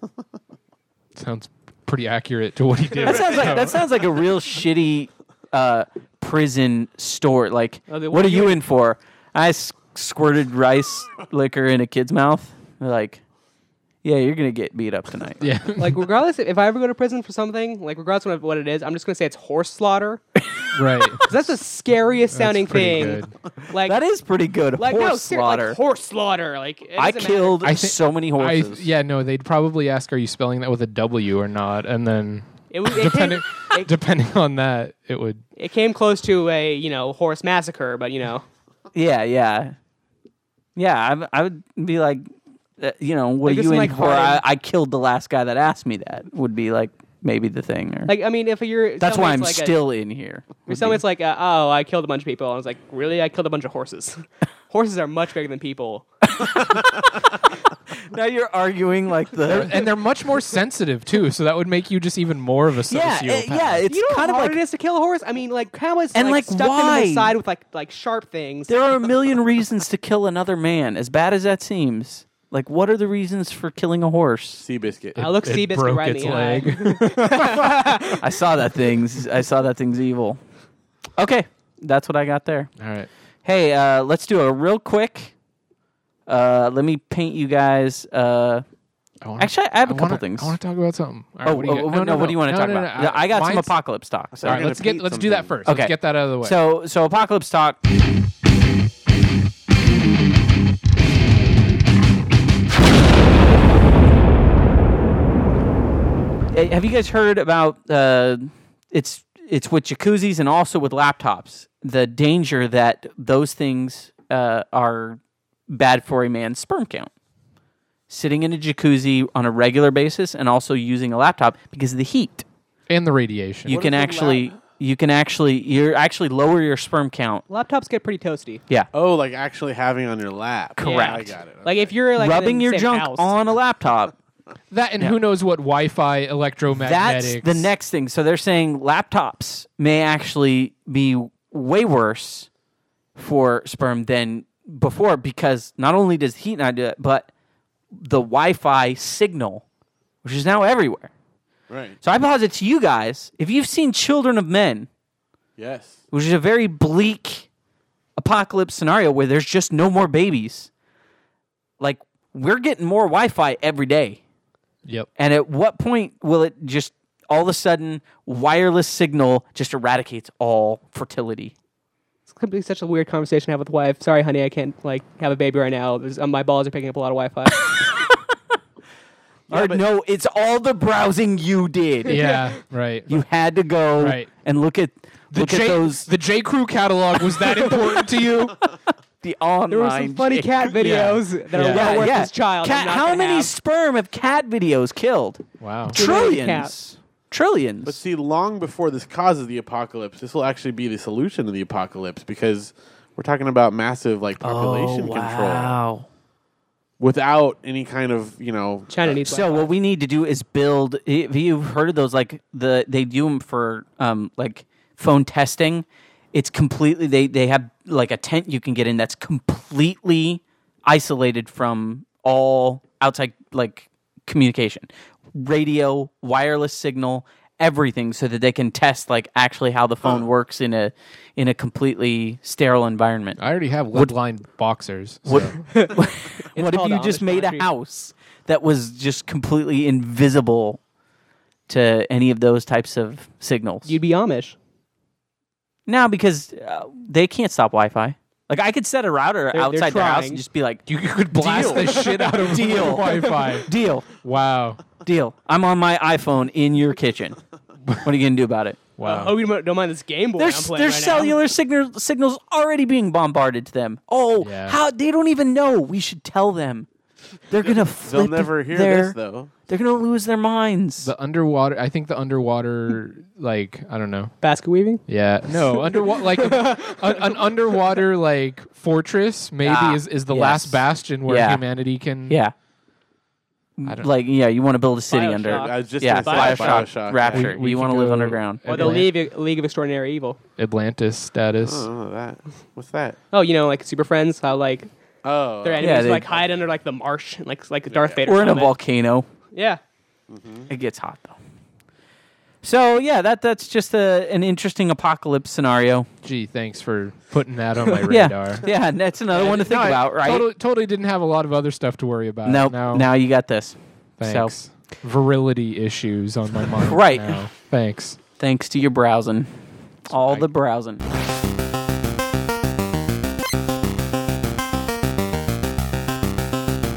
Sounds pretty accurate to what he did.
*laughs* That sounds like that sounds like a
*laughs*
real shitty uh, prison store. Like,
Oh, they-
what are you in for? I s- squirted rice liquor in a kid's mouth. They're like, yeah, you're gonna get beat up tonight.
yeah.
like regardless if I ever go to prison for something, like regardless of what it is, I'm just gonna say it's horse slaughter. 'Cause
right.
*laughs*
that's the scariest sounding
pretty
thing. Like
That is pretty good
like
horse
no, ser- like,
slaughter.
horse slaughter. Like it
I
doesn't matter.
killed
I thi-
so many
I
horses.
yeah no they'd probably ask are you spelling that with a W or not and then
*laughs*
It, w- it,
depending
came, it,
depending on that it would
it came close to a you know horse massacre, but you know
Yeah, yeah, yeah. I, w- I would be like, uh, you know, what
Like,
are
this
you
is
in
like
for? I,
hard-
I killed the last guy that asked me that. Would be like maybe the thing. Or
like I mean if you're
that's why I'm
someone's like a-
still in here.
Or someone's like, uh, oh, I killed a bunch of people. And I was like, really? I killed a bunch of horses. horses are much bigger than people.
*laughs* now you're arguing like the
and they're much more sensitive too, so that would make you just even more of a
yeah,
sociopath.
it- yeah. It's
you know
kind
how
of
hard
like
it is to kill a horse. I mean, like cowboys
And, like,
like, stuck them in
why?
the side with like like sharp things.
there are a million reasons to kill another man. As bad as that seems, like what are the reasons for killing a horse?
Sea biscuit.
I look
It
Seabiscuit
broke
right in
its
the eye.
*laughs*
leg.
I saw that thing's. I saw that thing's evil. Okay, that's what I got there.
All right.
Hey, uh, let's do a real quick. Uh, let me paint you guys. Uh,
I wanna,
Actually, I have a
wanna-
couple things.
I want to talk about something. All right,
oh,
what do
oh,
you got?
oh, no, what do you want to
No,
talk
no, no,
about?
no,
I got some
mine's-
apocalypse talk.
All
So,
Sorry.
right,
You're
let's
gonna
get
beat
let's do that
something.
first. Let's
Okay.
get that out of the way.
so, so apocalypse talk. Hey, Have you guys heard about? Uh, it's it's with jacuzzis and also with laptops. The danger that those things uh, are bad for a man's sperm count. Sitting in a jacuzzi on a regular basis and also using a laptop because of the heat
and the radiation.
you can
if the
actually you can actually you're actually lower your sperm count.
Laptops get pretty toasty.
Yeah.
Oh, like actually having on your lap.
Correct.
I got it.
Like if you're like in
Rubbing
the
your
same
junk
house.
on a laptop.
*laughs*
that and who knows what Wi-Fi, electromagnetics.
That's the next thing. So they're saying laptops may actually be way worse for sperm than before because not only does heat not do it, but the Wi-Fi signal, which is now everywhere.
right.
So I posit to you guys, if you've seen Children of Men,
Yes.
which is a very bleak apocalypse scenario where there's just no more babies. Like we're getting more Wi-Fi every day,
Yep.
and at what point will it just all of a sudden wireless signal just eradicates all fertility?
It's gonna be such a weird conversation to have with the wife. Sorry, honey, I can't like have a baby right now. There's- um, my balls are picking up a lot of Wi-Fi.
or no, it's all the browsing you did.
Yeah. right.
You had to go
Right.
and look at
the
look
J,
at those
the J Crew catalog
*laughs*
was that important to you?
the
There were
online.
some funny
shit.
cat videos that are
Yeah.
well
Yeah,
worth
yeah.
this child. I'm
Cat,
not
how
gonna
many
have.
sperm have cat videos killed?
Wow.
Trillions. Trillions.
But see, long before this causes the apocalypse, this will actually be the solution to the apocalypse because we're talking about massive like
Oh,
population control without any kind of you know
China needs
So
Wi-Fi.
what we need to do is build. If you've heard of those, like the they do them for um, like phone testing. It's completely they they have like a tent you can get in that's completely isolated from all outside like communication, radio, wireless signal, everything, so that they can test like actually how the
Oh.
phone works in a in a completely sterile environment.
I already have lead lined boxers. so-
what if
called
you just
Amish
made
country.
a house that was just completely invisible to any of those types of signals?
you'd be Amish.
now because uh, they can't stop Wi-Fi. Like I could set a router
they're
outside their house
trying.
and just be like,
You could blast
Deal.
the
*laughs*
shit out of
Deal.
Wi-Fi.
"Deal,
Wow.
deal. I'm on my iPhone in your kitchen. What are you gonna do about it?"
Wow.
Oh, you don't don't mind this Game Boy.
There's
I'm playing
there's
right now.
cellular signal, signals already being bombarded to them. Oh,
Yeah.
how they don't even know. We should tell them. They're gonna
they'll
flip
never hear
their-
this though.
They're gonna lose their minds.
the underwater. I think the underwater. Like I don't know.
basket weaving.
Yeah. No. Underwater. like a, an, an underwater like fortress. Maybe
Ah,
is, is the
yes.
last bastion where
Yeah.
humanity can.
yeah.
I don't
like yeah, you want to build a city under.
Bioshock.
I was just
yeah,
gonna say
Bioshock,
Yeah.
Rapture.
We- we
you
could
want to live
go-
underground.
Uh,
Or the
Atlant-
League, League of Extraordinary Evil.
Atlantis status.
I don't know that. What's that?
Oh, you know, like Super Friends, how like
Oh,
their enemies
they-
like hide under like the marsh, and, like like Darth Vader.
We're in a
helmet.
volcano.
Yeah,
It gets hot though. So yeah, that that's just a, an interesting apocalypse scenario.
Gee, thanks for putting that on my
Yeah,
radar.
yeah, and that's another one to think
No, I
about, right?
Totally, totally didn't have a lot of other stuff to worry about.
Nope.
No.
Now you got this.
Thanks. Virility issues on my mind.
Right.
now. Thanks.
Thanks to your browsing, all the browsing.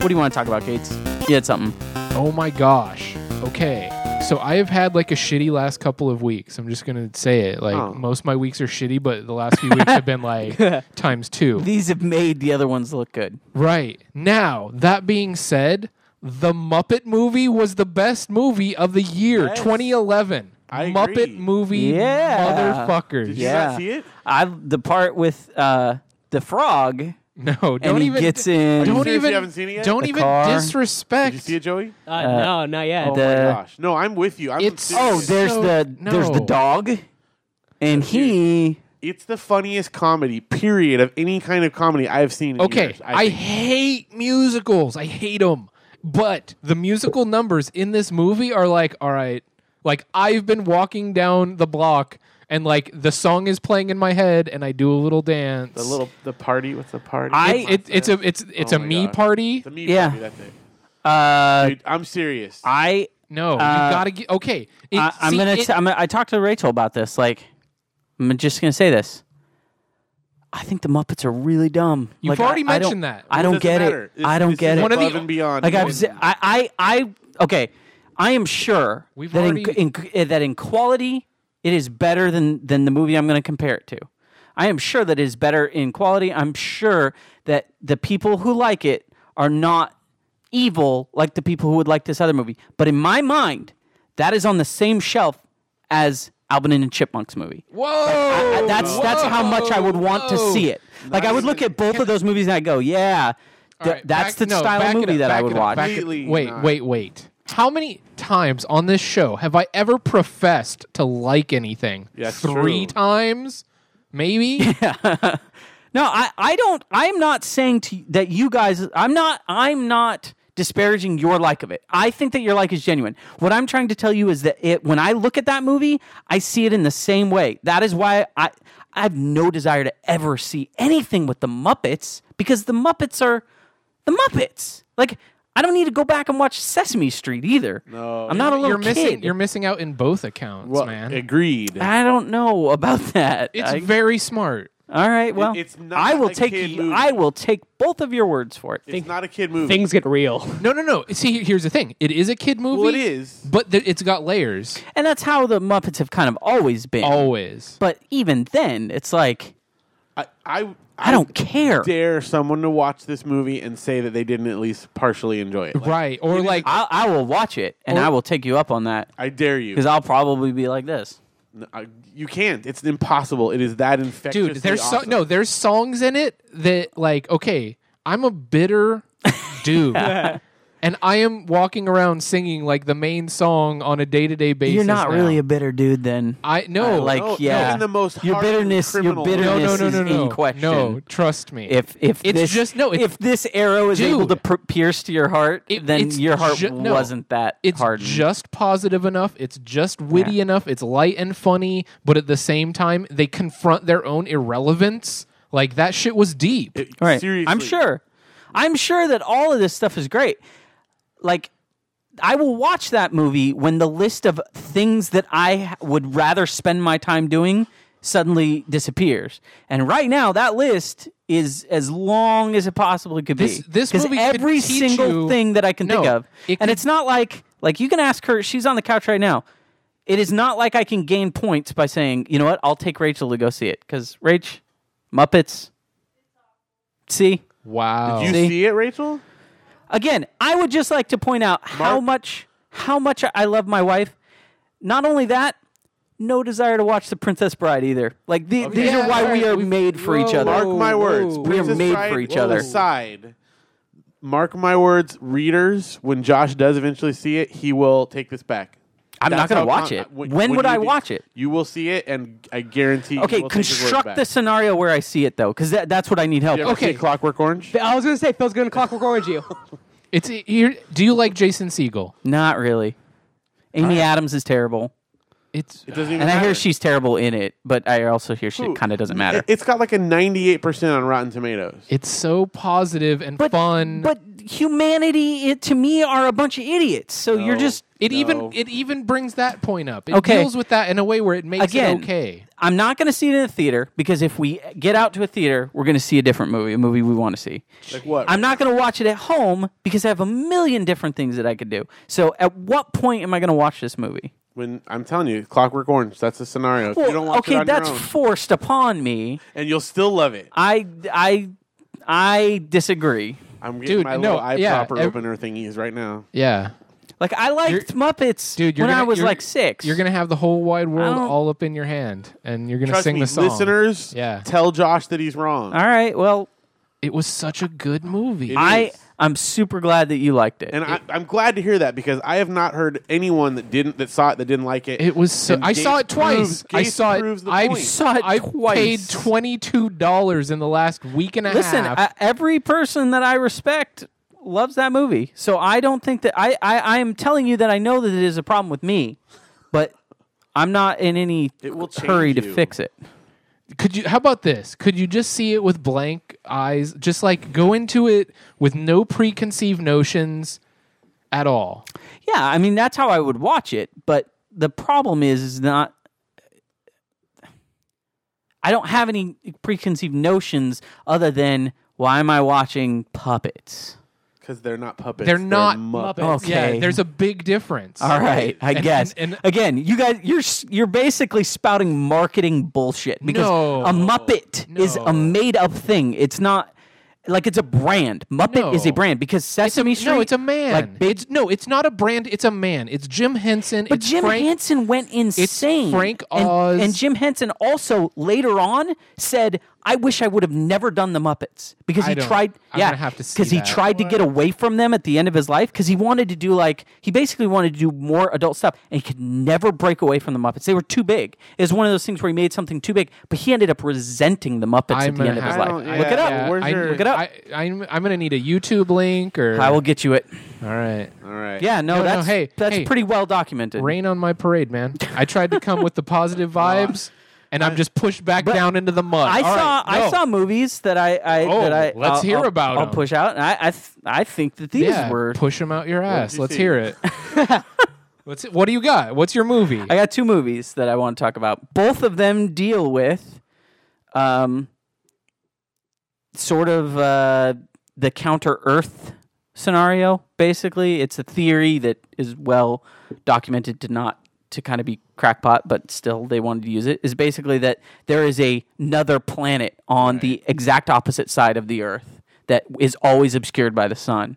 What do you want to talk about, Gates? You had something.
Oh my gosh. Okay. So I have had like a shitty last couple of weeks. I'm just gonna say it. Like
Oh.
most of my weeks are shitty, but the last few weeks have
*laughs*
been like times two.
These have made the other ones look good.
Right. Now, that being said, the Muppet movie was the best movie of the year,
Yes.
2011.
I
Muppet
agree.
movie
Yeah.
motherfuckers.
Did you
Yeah.
not see it?
I the part with uh, the frog
No, don't
and he
even
gets in.
Are you
Don't
serious you
even
haven't seen it yet?
Don't
The
even
car.
Did
disrespect.
you see it, Joey?
Uh, no, not yet.
the-
oh my gosh! No, I'm with you. I'm
It's-
oh,
serious.
there's
So-
the there's the
no.
dog, and he.
it's the funniest comedy period of any kind of comedy I've seen. In
Okay,
years,
I,
think.
hate musicals. I hate them. But the musical numbers in this movie are like, all right, like I've been walking down the block and like the song is playing in my head and I do a little dance.
the little the party. What's the party?
I-
it, it's a it's it's
Oh
a
my
me
God.
party.
the me
Yeah.
party. That's it.
Uh,
Dude, I'm serious.
I
No, you
Uh,
gotta get okay. It,
I, I'm
see,
gonna.
it-
T- I'm gonna. I talked to Rachel about this. Like, I'm just gonna say this. I think the Muppets are really dumb.
You've
Like, I-
already
I don't-
mentioned that.
I
It
don't
doesn't
get
matter.
it.
It's-
I don't
it's
get it.
One of the-
above and beyond.
Like I've,
And-
se- I, I, I, okay, I am sure
We've
that in,
already-
in, eh, that in quality it is better than than the movie I'm going to compare it to. I am sure that it is better in quality. I'm sure that the people who like it are not evil like the people who would like this other movie. But in my mind, that is on the same shelf as Alvin and Chipmunks movie.
whoa,
Uh, that's that's how much I would want to
whoa.
see it. Like I would look at both of those movies and I go, yeah, th-
All right,
that's
back-
the
no,
style
back
of
it
movie
up,
that I
back
would
it up,
watch.
back it-
Completely
Wait,
not.
wait, wait. How many times on this show have I ever professed to like anything?
Yeah, it's
Three
true.
times, *laughs* maybe.
*laughs* No, I, I don't. I'm not saying to that you guys. I'm not. I'm not disparaging your like of it. I think that your like is genuine. What I'm trying to tell you is that it. When I look at that movie, I see it in the same way. That is why I I have no desire to ever see anything with the Muppets because the Muppets are the Muppets. Like I don't need to go back and watch Sesame Street either. No, I'm not a little
you're missing.
kid.
You're missing out in both accounts,
Well,
man.
agreed.
I don't know about that.
it's
I-
very smart.
all right. Well,
it's not
I will
a
take.
kid
you-
movie.
I will take both of your words for it.
It's not a kid movie.
Things get real.
No, no, no. See, here's the thing. It is a kid movie.
well, it is.
but th- it's got layers.
And that's how the Muppets have kind of always been.
Always.
But even then, it's like
I, I,
I don't care.
dare someone to watch this movie and say that they didn't at least partially enjoy it. Like,
right. Or like.
I, I will watch it, and I will take you up on that
I dare you.
because I'll probably be like this.
N- I- you can't. It's impossible. It is that infectious.
dude there's so, no there's songs in it that like okay i'm a bitter dude and i am walking around singing like the main song on a day-to-day basis
You're not
now.
really a bitter dude, then. Uh,
i no
like,
no,
yeah,
even the most
your
hardened
bitterness, your
criminal- No, no,
bitterness
no no no
is
no no
in question.
no trust me
If if
It's
this,
just- no, it-
if this arrow is able to
Dude.
pr- pierce to your heart,
It-
then
it's
your heart
ju- no.
wasn't that
it's
hard.
just positive enough it's just witty
Yeah.
enough it's light and funny but at the same time they confront their own irrelevance like that shit was deep
All right.
Seriously.
I'm sure. I'm sure that all of this stuff is great. Like, I will watch that movie when the list of things that I h- would rather spend my time doing suddenly disappears. And right now, that list is as long as it possibly could
This-
be.
this
'Cause
movie could
every
teach
single
you-
thing that I can think
No,
of,
it
and
could-
it's not like like you can ask her. She's on the couch right now. It is not like I can gain points by saying, you know what, I'll take Rachel to go see it because Rach, Muppets, see
wow
You
See?
see it, Rachel?
again, I would just like to point out how
Mark-
much how much I love my wife. Not only that, no desire to watch The Princess Bride either. Like the, these
Yeah,
are why
all
we
right,
are
we've-
made for each
whoa.
other.
Mark my
Whoa,
words.
whoa.
We are
Princess
made
Bride
for each other.
Aside, mark my words, readers. When Josh does eventually see it, he will take this back.
I'm not
That's
gonna
how
watch it. When would
you
I
do-
watch it?
You will see it, and I guarantee.
okay,
you will take his words
construct
back.
the scenario where I see it though, because that, that's what I need help.
You
with.
ever
Okay.
see Clockwork Orange.
*laughs* I was gonna say Phil's gonna clockwork orange you. *laughs*
it's here do you like jason siegel
Not really. Amy Adams is terrible,
it's
It doesn't even
and I hear
matter.
she's terrible in it, but I also hear she
Ooh.
kind of doesn't matter.
It- It's got like a 98% on Rotten Tomatoes.
it's so positive and
but
fun
but humanity, it, to me, are a bunch of idiots. So you're
No.
just
It even
No.
it even brings that point up. It
Okay.
deals with that in a way where it makes
Again,
it okay.
I'm not going to see it in a theater because if we get out to a theater, we're going to see a different movie, a movie we want to see.
Like what?
I'm not going to watch it at home because I have a million different things that I could do. So at what point am I going to watch this movie?
when I'm telling you, Clockwork Orange. That's the scenario. If you don't watch
okay,
it on
that's
your own,
forced upon me.
and you'll still love it.
I I I disagree.
I'm getting
Dude,
my
no,
little eye
yeah,
popper
ev-
opener thingies right now.
Yeah,
Like I liked Muppets
dude. You're
when
gonna,
I was
you're-
like six.
You're gonna have the whole wide world
don't-
all up in your hand, and you're gonna
Trust
sing
me,
the song.
listeners.
Yeah.
Tell Josh that he's wrong.
All right, well,
It was such a good movie.
It
I
is.
I'm super glad that you liked it.
and I, I'm glad to hear that because I have not heard anyone that didn't that saw it that didn't like it.
It was so.
And
I saw
Gates
it twice.
proves-
I
Gates
saw it.
proves the
I
point.
saw it
I
twice.
paid twenty two dollars in the last week and a
Listen,
half.
I, every person that I respect loves that movie. So I don't think that I, I I am telling you that I know that it is a problem with me, but I'm not in any
It will change
hurry to
you.
fix it.
could you? How about this? Could you just see it with blank eyes? Just like go into it with no preconceived notions at all.
Yeah, I mean that's how I would watch it, but the problem is is not I don't have any preconceived notions other than why am I watching puppets?
because they're not puppets.
They're not
Muppets.
Muppets. Okay.
Yeah, there's a big difference.
All right, I
And-
guess.
and- and-
Again, you guys, you're s- you're basically spouting marketing bullshit because
No.
a Muppet is
No.
a made up thing. It's not like it's a brand. Muppet is a
No.
brand because
It's a,
Sesame Street.
no, it's a man.
Like big,
it's, no, it's not a brand. It's a man. It's Jim Henson.
but
it's
Jim
Frank,
Henson went insane.
Frank
and,
Oz.
and Jim Henson also later on said, "I wish I would have never done the Muppets because
I
he
don't-
tried.
I'm
yeah,
gonna have to see
he
that.
tried to get away from them at the end of his life because he wanted to do like he basically wanted to do more adult stuff and he could never break away from the Muppets. They were too big. It was one of those things where he made something too big, but he ended up resenting the Muppets
I'm
at the
gonna
end of his
have-
I
life.
don't- yeah,
Look it up.
yeah. Where's
I-
your-
Look it up.
I, I'm, I'm going to need a YouTube link or.
I will get you it.
All right.
All right.
Yeah, no,
No, no,
that's
hey,
that's
hey.
pretty well documented.
Rain on my parade, man. I tried to come with
*laughs*
the positive vibes, and I'm just pushed back down into the mud.
I
All
saw
right,
I
no.
saw movies that I, I
Oh,
that I
let's
I'll-
hear
I'll-
about
I'll
'em.
push out and I I, th- I think that these
Yeah,
were
push them out your ass.
you
Let's
see?
*laughs*
hear it. What's it. What do you got? What's your movie?
I got two movies that I want to talk about. Both of them deal with um sort of uh the counter earth scenario basically. It's a theory that is well documented to not to kind of be crackpot, but still they wanted to use it is basically that there is a, another planet on the exact opposite side of the earth that is always obscured by the sun.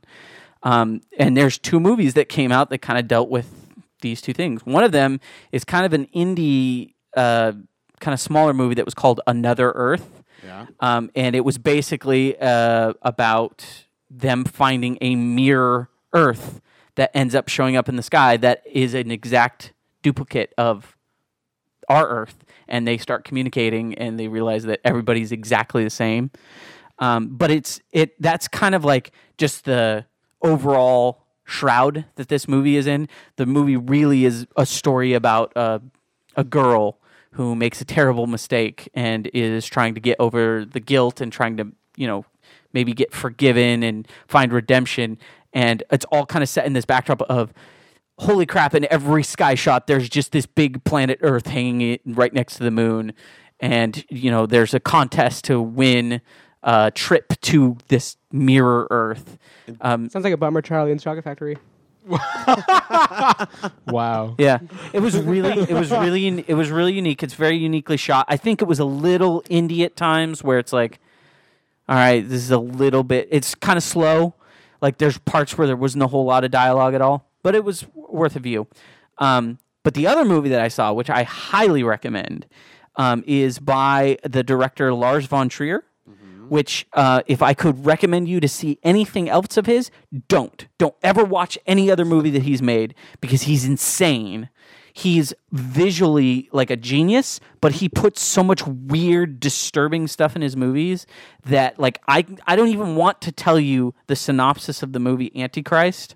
Um, and there's two movies that came out that kind of dealt with these two things. One of them is kind of an indie, uh, kind of smaller movie that was called Another Earth. Yeah. Um, and it was basically uh, about them finding a mirror Earth that ends up showing up in the sky that is an exact duplicate of our Earth, and they start communicating, and they realize that everybody's exactly the same. Um, but it's it that's kind of like just the overall shroud that this movie is in. The movie really is a story about uh, a girl who makes a terrible mistake and is trying to get over the guilt and trying to you know maybe get forgiven and find redemption. And it's all kind of set in this backdrop of holy crap in every sky shot there's just this big planet earth hanging it right next to the moon and you know there's a contest to win a trip to this mirror earth um,
Sounds like a bummer, Charlie and the Chocolate Factory.
wow.
yeah it was really it was really un- it was really unique it's very uniquely shot i think it was a little indie at times where it's like all right this is a little bit it's kind of slow like there's parts where there wasn't a whole lot of dialogue at all but it was w- worth a view um, but the other movie that i saw which i highly recommend um, is by the director lars von trier which uh, if i could recommend you to see anything else of his don't don't ever watch any other movie that he's made because he's insane he's visually like a genius, but he puts so much weird, disturbing stuff in his movies that like I I don't even want to tell you the synopsis of the movie Antichrist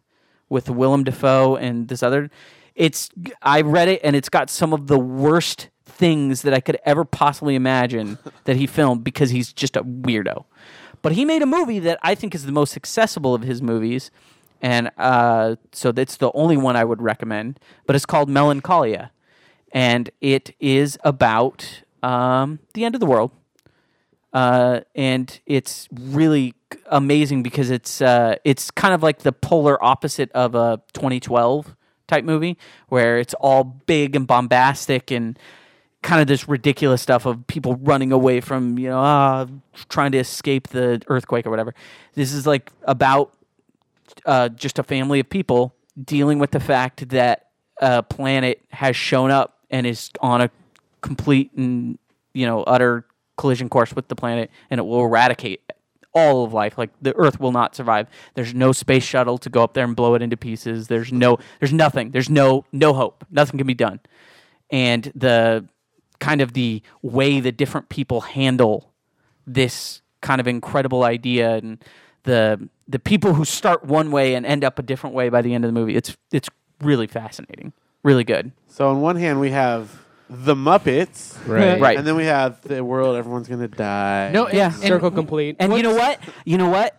with Willem Dafoe and this other. It's I read it and it's got some of the worst things that I could ever possibly imagine that he filmed because he's just a weirdo. But he made a movie that I think is the most accessible of his movies, and uh, so that's the only one I would recommend. But it's called Melancholia, and it is about um, the end of the world. Uh, and it's really c- amazing because it's uh, it's kind of like the polar opposite of a 2012 type movie, where it's all big and bombastic and kind of this ridiculous stuff of people running away from you know uh, trying to escape the earthquake or whatever. This is like about uh, just a family of people dealing with the fact that a planet has shown up and is on a complete and you know utter collision course with the planet, and it will eradicate all of life. Like the Earth will not survive. There's no space shuttle to go up there and blow it into pieces. There's no. There's nothing. There's no no hope. Nothing can be done. And the kind of the way that different people handle this kind of incredible idea and the the people who start one way and end up a different way by the end of the movie. It's it's really fascinating. Really good.
So on one hand, we have the Muppets,
Right.
Right.
And then we have the world. Everyone's gonna die.
No,
Yeah.
yeah.
Circle complete.
And you know what? You know what?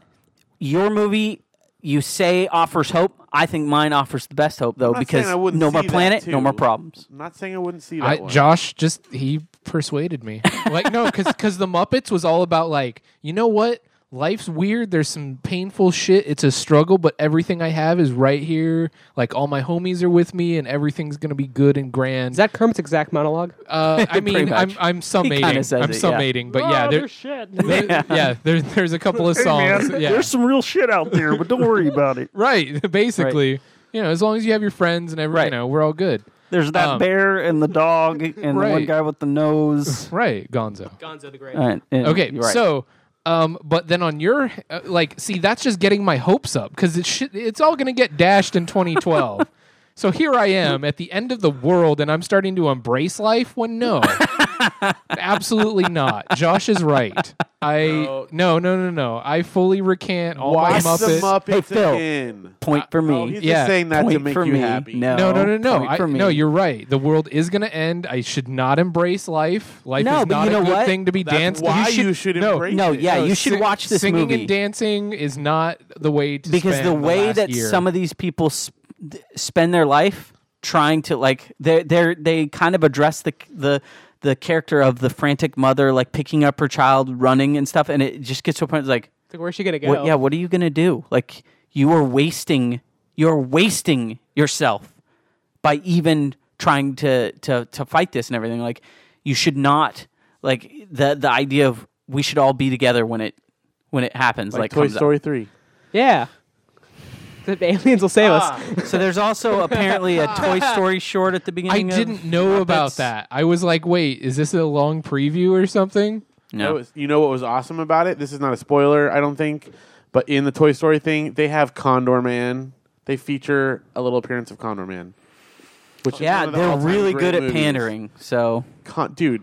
Your movie you say offers hope. I think mine offers the best hope though
not
because
saying I wouldn't
no more
see that,
planet, no
too.
more problems.
I'm not saying I wouldn't see that
I,
one.
Josh just he persuaded
*laughs*
me. like no, because the Muppets was all about like you know what life's weird. There's some painful shit. It's a struggle, but everything I have is right here. Like all my homies are with me, and everything's gonna be good and grand.
Is that Kermit's exact monologue?
*laughs*
uh, I
Pretty
mean,
much.
I'm I'm summating. I'm
says it, yeah.
summating, but
Oh,
Oh,
yeah, there,
shit.
there- *laughs* yeah, there, there's a couple of songs. yeah.
There's some real shit out there, but don't worry about it.
*laughs* right, basically. You know, as long as you have your friends and every, you
Right.
know, we're all good.
There's that
Um,
bear and the
*laughs*
dog and the one
Right.
guy with the nose.
Right, Gonzo.
*laughs* Gonzo the
*laughs*
Great.
All right. and-
Okay,
you're right.
so um, but then on your uh, like, see, that's just getting my hopes up because it should, it's all going to get dashed
*laughs*
in 2012. so here I am at the end of the world, and I'm starting to embrace life.
*laughs*
When no, absolutely not. Josh is right. I no no no no. I fully recant all
Watch
my
the
Muppets.
Muppets
Hey, Phil.
again.
point for
No,
me.
Oh, he's
Yeah.
just saying that to
Point
make
for
you
me.
happy.
No.
uh, no, no, no, no.
Point
I,
for me.
no, you're right. The world is going to end. I should not embrace life. Life
No,
is
but
not
you
a
know
good
what?
thing to be
That's
danced.
why
you
you
should
should
no,
embrace
No,
it.
yeah, you should
sing-
watch this
singing
movie
and dancing is not the way to
because
spend
the way
last
that
year.
some of these people sp- d- spend their life trying to like they they they kind of address the the the character of the frantic mother like picking up her child running and stuff and it just gets to a point it's like
Like, where's she gonna go?
what, yeah what are you gonna do like you are wasting you're wasting yourself by even trying to to to fight this and everything like you should not like the the idea of we should all be together when it when it happens like,
Like Toy
comes up.
Story three.
Yeah. The aliens will save us.
So there's
*laughs*
also apparently a Toy Story short at the
I
beginning. of-
didn't know about that. I was like, wait, is this a long preview or something?
That
No,
was- you know what was awesome about it? This is not a spoiler, I don't think, but in the Toy Story thing, they have Condor Man. They feature a little appearance of Condor Man. Which is one
yeah,
of the
they're
all-time
really
great
good at
movies.
pandering. So
Con- dude,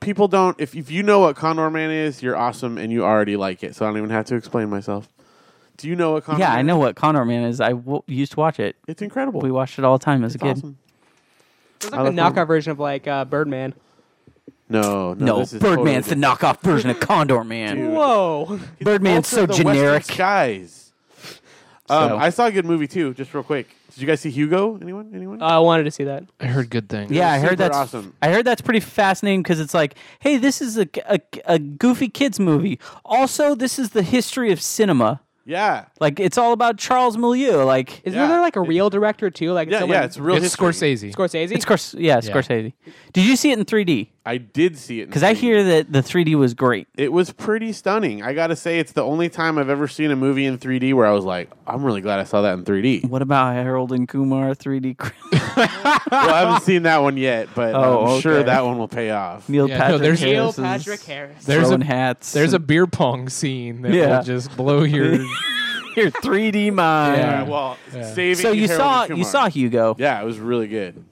people don't. If, if you know what Condor Man is, you're awesome and you already like it. So I don't even have to explain myself. Do you know what Condor
yeah,
Man
I know what Condor Man is. I w- used to watch it.
is? It's incredible.
We watched it all the time as a
it's
kid.
awesome.
It's
I
like a
love
knockout version of like uh, Birdman.
No, no.
No,
this is
Birdman's
totally
the knockoff version
*laughs*
of Condor Man.
Dude.
*laughs* Whoa.
He's
Birdman's
also
so
the Western
generic.
Skies. Um,
So-
I saw a good movie too. Just real quick, did you guys see Hugo? Anyone? Anyone?
Oh, I wanted to see that.
I heard good things.
Yeah, I
Super
heard that's
awesome.
I heard that's pretty fascinating because it's like, hey, this is a, a a goofy kids movie. Also, this is the history of cinema.
yeah,
Like it's all about Charles Milieu. Like
Is
Yeah.
there like a real director too? Like
yeah,
someone,
yeah. It's real.
it's
history.
Scorsese.
*laughs* Scorsese.
it's Scors- yeah, Scorsese. Did you see it in 3D?
I did see it
Because I hear that the 3D was great.
it was pretty stunning. I gotta say, it's the only time I've ever seen a movie in 3D where I was like, I'm really glad I saw that in 3D.
What about Harold and Kumar 3D? cr-
well, I haven't seen that one yet,
*laughs*
but
Oh,
I'm sure
okay.
that one will pay
*laughs*
off.
Neil
Yeah, no,
Patrick
there's-
Harris.
Neil
is
Harris.
There's
throwing
a
hats.
there's a beer pong scene that
Yeah.
will just blow your.
your 3D mind.
All
Yeah.
right, well, saving.
So you
Harold
saw
and
you
Kumar.
saw Hugo.
Yeah, it was really good.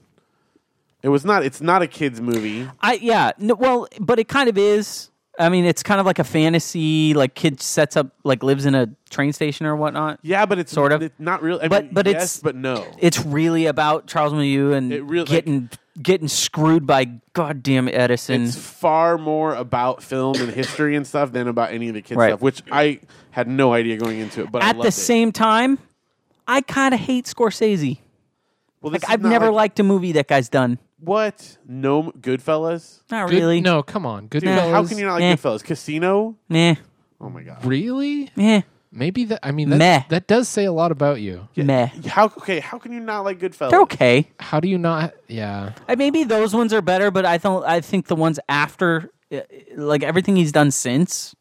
It was not. It's not a kids movie.
I yeah. No, well, but it kind of is. I mean, it's kind of like a fantasy. Like kid sets up like lives in a train station or whatnot.
Yeah, but it's
Sort of.
it's not real. I
But-
mean,
but
yes,
it's-
but no.
It's really about Charles Milieu and
It real- like-
getting getting screwed by goddamn Edison.
it's far more about film and history and stuff than about any of the kids
Right.
stuff, which I had no idea going into it. But I
At
loved
the
it.
same time, I kind of hate Scorsese.
well, this
Like
is
I've
not
never
like-
liked a movie that guy's done.
what no Goodfellas.
Not
Good-
really.
No, come on. Good.
Dude, how can you not like
eh.
Goodfellas? Casino.
Meh.
Oh my god.
Really?
Meh.
Maybe that. I mean, that,
Meh.
that does say a lot about you.
Meh.
How okay? How can you not like Goodfellas?
They're okay.
How do you not? Yeah.
I, maybe those ones are better, but I don't. I think the ones after, uh, like everything he's done since,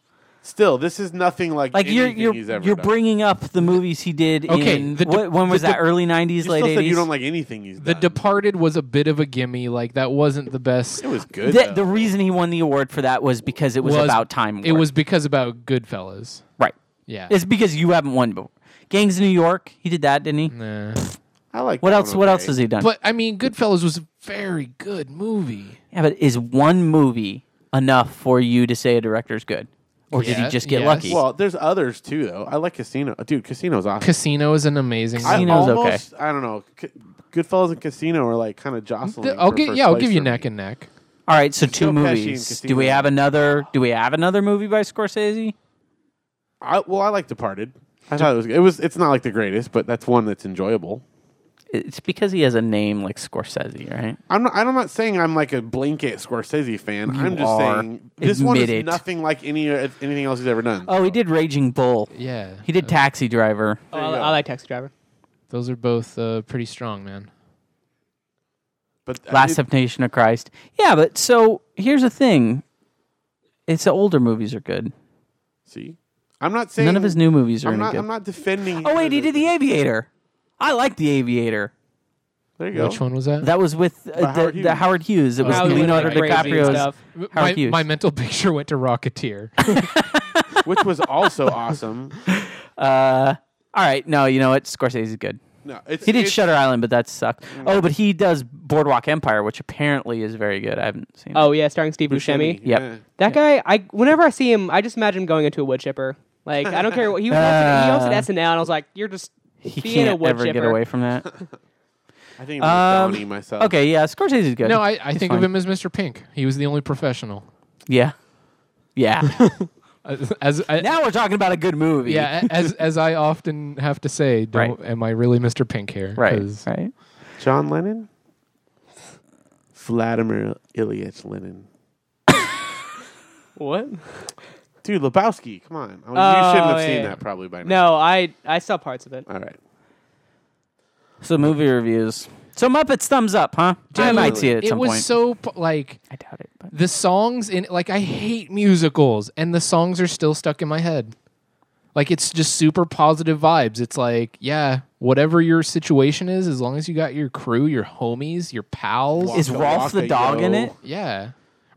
Still, this is nothing like,
Like you're
anything
you're
he's ever
you're
done.
bringing up the movies he did.
Okay,
in,
the de-
what, when was
the
that?
de-
early '90s,
You
late
still said
'80s.
you don't like anything he's
The
done.
Departed was a bit of a gimme. Like that wasn't the best.
it was good.
the, the
though.
reason he won the award for that was because it was,
Was-
about time.
It
warp.
was because about Goodfellas.
right.
Yeah.
It's because you haven't won before. Gangs of New York. He did that, didn't he?
Nah.
I like.
What
Mm, that
else?
one
What
okay.
else has he done?
But I mean, Goodfellas was a very good movie.
yeah, but is one movie enough for you to say a director's good, or did
Yeah,
he just get
yes.
lucky?
Well, there's others too, though. I like Casino. Dude, Casino's awesome.
Casino is an amazing.
I
Casino's okay.
almost, I don't know. C- Goodfellas and Casino are like kind of jostling.
movie. I'll
for
get
first
yeah, I'll
place
give you
for me.
neck and neck.
All right, so two
Pesci and
movies. Do we
Casino.
have another? Do we have another movie by Scorsese?
I, well, I like Departed. I thought it was. It was. It's not like the greatest, but that's one that's enjoyable.
It's because he has a name like Scorsese, right?
I'm not, I'm not saying I'm like a blanket Scorsese fan. I'm just
are.
saying this one is
Admit it.
nothing like any uh, anything else he's ever done.
Oh, he did Raging Bull.
Yeah,
He did Taxi Driver.
Oh,
you
I,
go.
I like Taxi Driver.
Those are both uh, pretty strong, man.
but uh, I
Last
did-
Temptation of Christ. Yeah, but so here's the thing. It's the older movies are good.
see, I'm not saying
None of his new movies are
I'm
any
not.
good.
I'm not defending.
oh wait,
him.
he did The Aviator. I like The Aviator.
There you go.
Which one was that?
That was with uh,
Howard
the, the
Hughes.
Howard Hughes. It was
That was
Leonardo
really crazy
DiCaprio's.
stuff.
Howard
my,
Hughes.
my mental *laughs* picture went to Rocketeer.
Which was
*laughs*
also awesome.
Uh, all right, no, you know what? Scorsese's good.
No, it's,
He did
it's-
Shutter Island, but that sucked. Oh, but he does Boardwalk Empire, which apparently is very good. I haven't seen. it.
Oh yeah, starring Steve Buscemi.
Yep.
Yeah.
That guy, I whenever I see him, I just imagine him going into a wood chipper. Like I don't care what he was. he
*laughs*
hosted SNL, and I was like, you're just
he
being a
can't
wood
ever
chipper.
get away from that.
I think
Um,
I'm um, myself.
Okay, yeah, Scorsese's good. *laughs*
no, I, I
He's
think of
fine.
him as Mr. Pink. He was the only professional.
Yeah,
*laughs*
yeah.
As, as I,
now we're talking about a good movie.
yeah, a- as as I often have to say, don't, am I really Mr. Pink here?
right,
'Cause-
right.
John Lennon? Vladimir Ilyich Lenin.
What?
Dude, Lebowski, come on. I mean,
Oh,
you shouldn't have
yeah,
seen
yeah.
that probably by now.
No, I I saw parts of it.
All right.
So movie reviews. So Muppets thumbs up, huh? I might see it at
It
some
was
point.
so p- like
I doubt it, but
the songs in like I hate musicals, and the songs are still stuck in my head. Like it's just super positive vibes. It's like yeah, whatever your situation is, as long as you got your crew, your homies, your pals,
Wow.
is
Waka
Rolf the
Waka,
dog in
yo.
it?
yeah.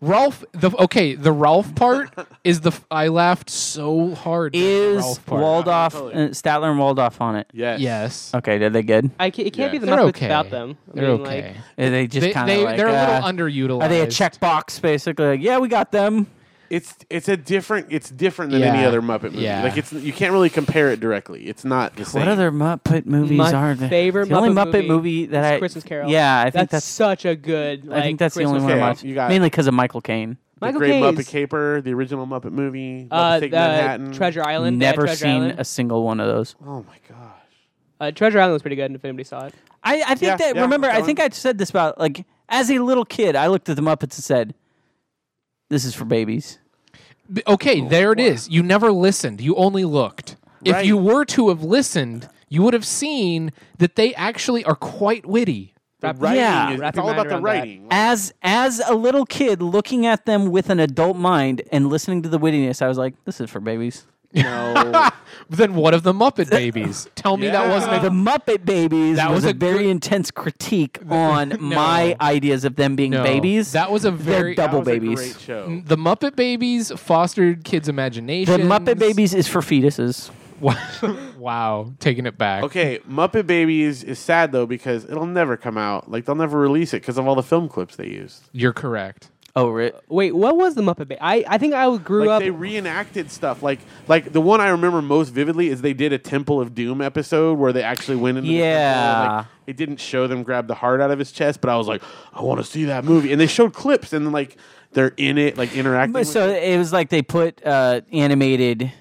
Ralph, the okay, the
*laughs*
Ralph part is the f- I laughed so hard. during the
Is
Ralph part.
Waldorf
Totally.
uh, Statler and Waldorf on it?
Yes.
yes,
Okay, did they good?
I ca- it can't
Yeah.
be the
they're
Muppets
okay
without them. I
They're
mean,
okay.
Like,
Uh, They just
they,
kind
they
of like
are a little
uh,
underutilized.
Are they a checkbox basically? Like, yeah, we got them.
It's it's a different it's different than any
Yeah.
other Muppet movie.
Yeah.
Like it's you can't really compare it directly. It's not the same.
What other Muppet movies
My
are there?
favorite
the only
Muppet
Muppet
movie
movie that
is
I
Christmas Carol.
Yeah, I think
that's,
that's,
such a good. Like,
I think that's the
Christmas
only one I
Carol.
watched.
You got-
Mainly because of Michael Caine.
the
Michael
Great Muppet
Cage's-
Caper, the original Muppet movie,
Uh,
Big Fake
the
Manhattan.
Treasure Island. yeah,
Never
Treasure
seen
Island.
a single one of those.
Oh my gosh.
Uh, Treasure Island was pretty good. If anybody saw it,
I, I think
Yeah,
that
yeah,
remember
that
I think I said this about like as a little kid I looked at the Muppets and said, "This is for babies."
B- Okay, there it is. You never listened. You only looked. If
Oh, Right.
you were to have listened, you would have seen that they actually are quite witty.
The
Wrap-
writing
yeah.
is,
Wrap
it's
your
all
mind
about the
around that.
writing.
As as a little kid looking at them with an adult mind and listening to the wittiness, I was like, "This is for babies."
No.
Then what of the
*laughs*
Muppet Babies? Tell me that
Yeah.
wasn't.
the
A,
Muppet Babies
That
was,
was
a,
a
very
good-
intense critique on my ideas of them being
no,
babies.
That was a
They're
very.
That
double
was a
babies.
great show.
The Muppet Babies fostered kids'
the
imagination.
Muppet Babies is for fetuses.
*laughs* wow, taking it back.
Okay, Muppet Babies is sad though because it'll never come out. Like they'll never release it because of all the film clips they used.
You're correct.
Oh, right.
wait, what was the Muppet? Ba- I I think I grew
Like
up.
they reenacted stuff. Like like the one I remember most vividly is they did a Temple of Doom episode where they actually went into the temple.
Yeah.
Like, it didn't show them grab the heart out of his chest, but I was like, I want to see that movie. And they showed clips and then like they're in it, like interacting.
But
with
so
it.
it was like they put uh, animated,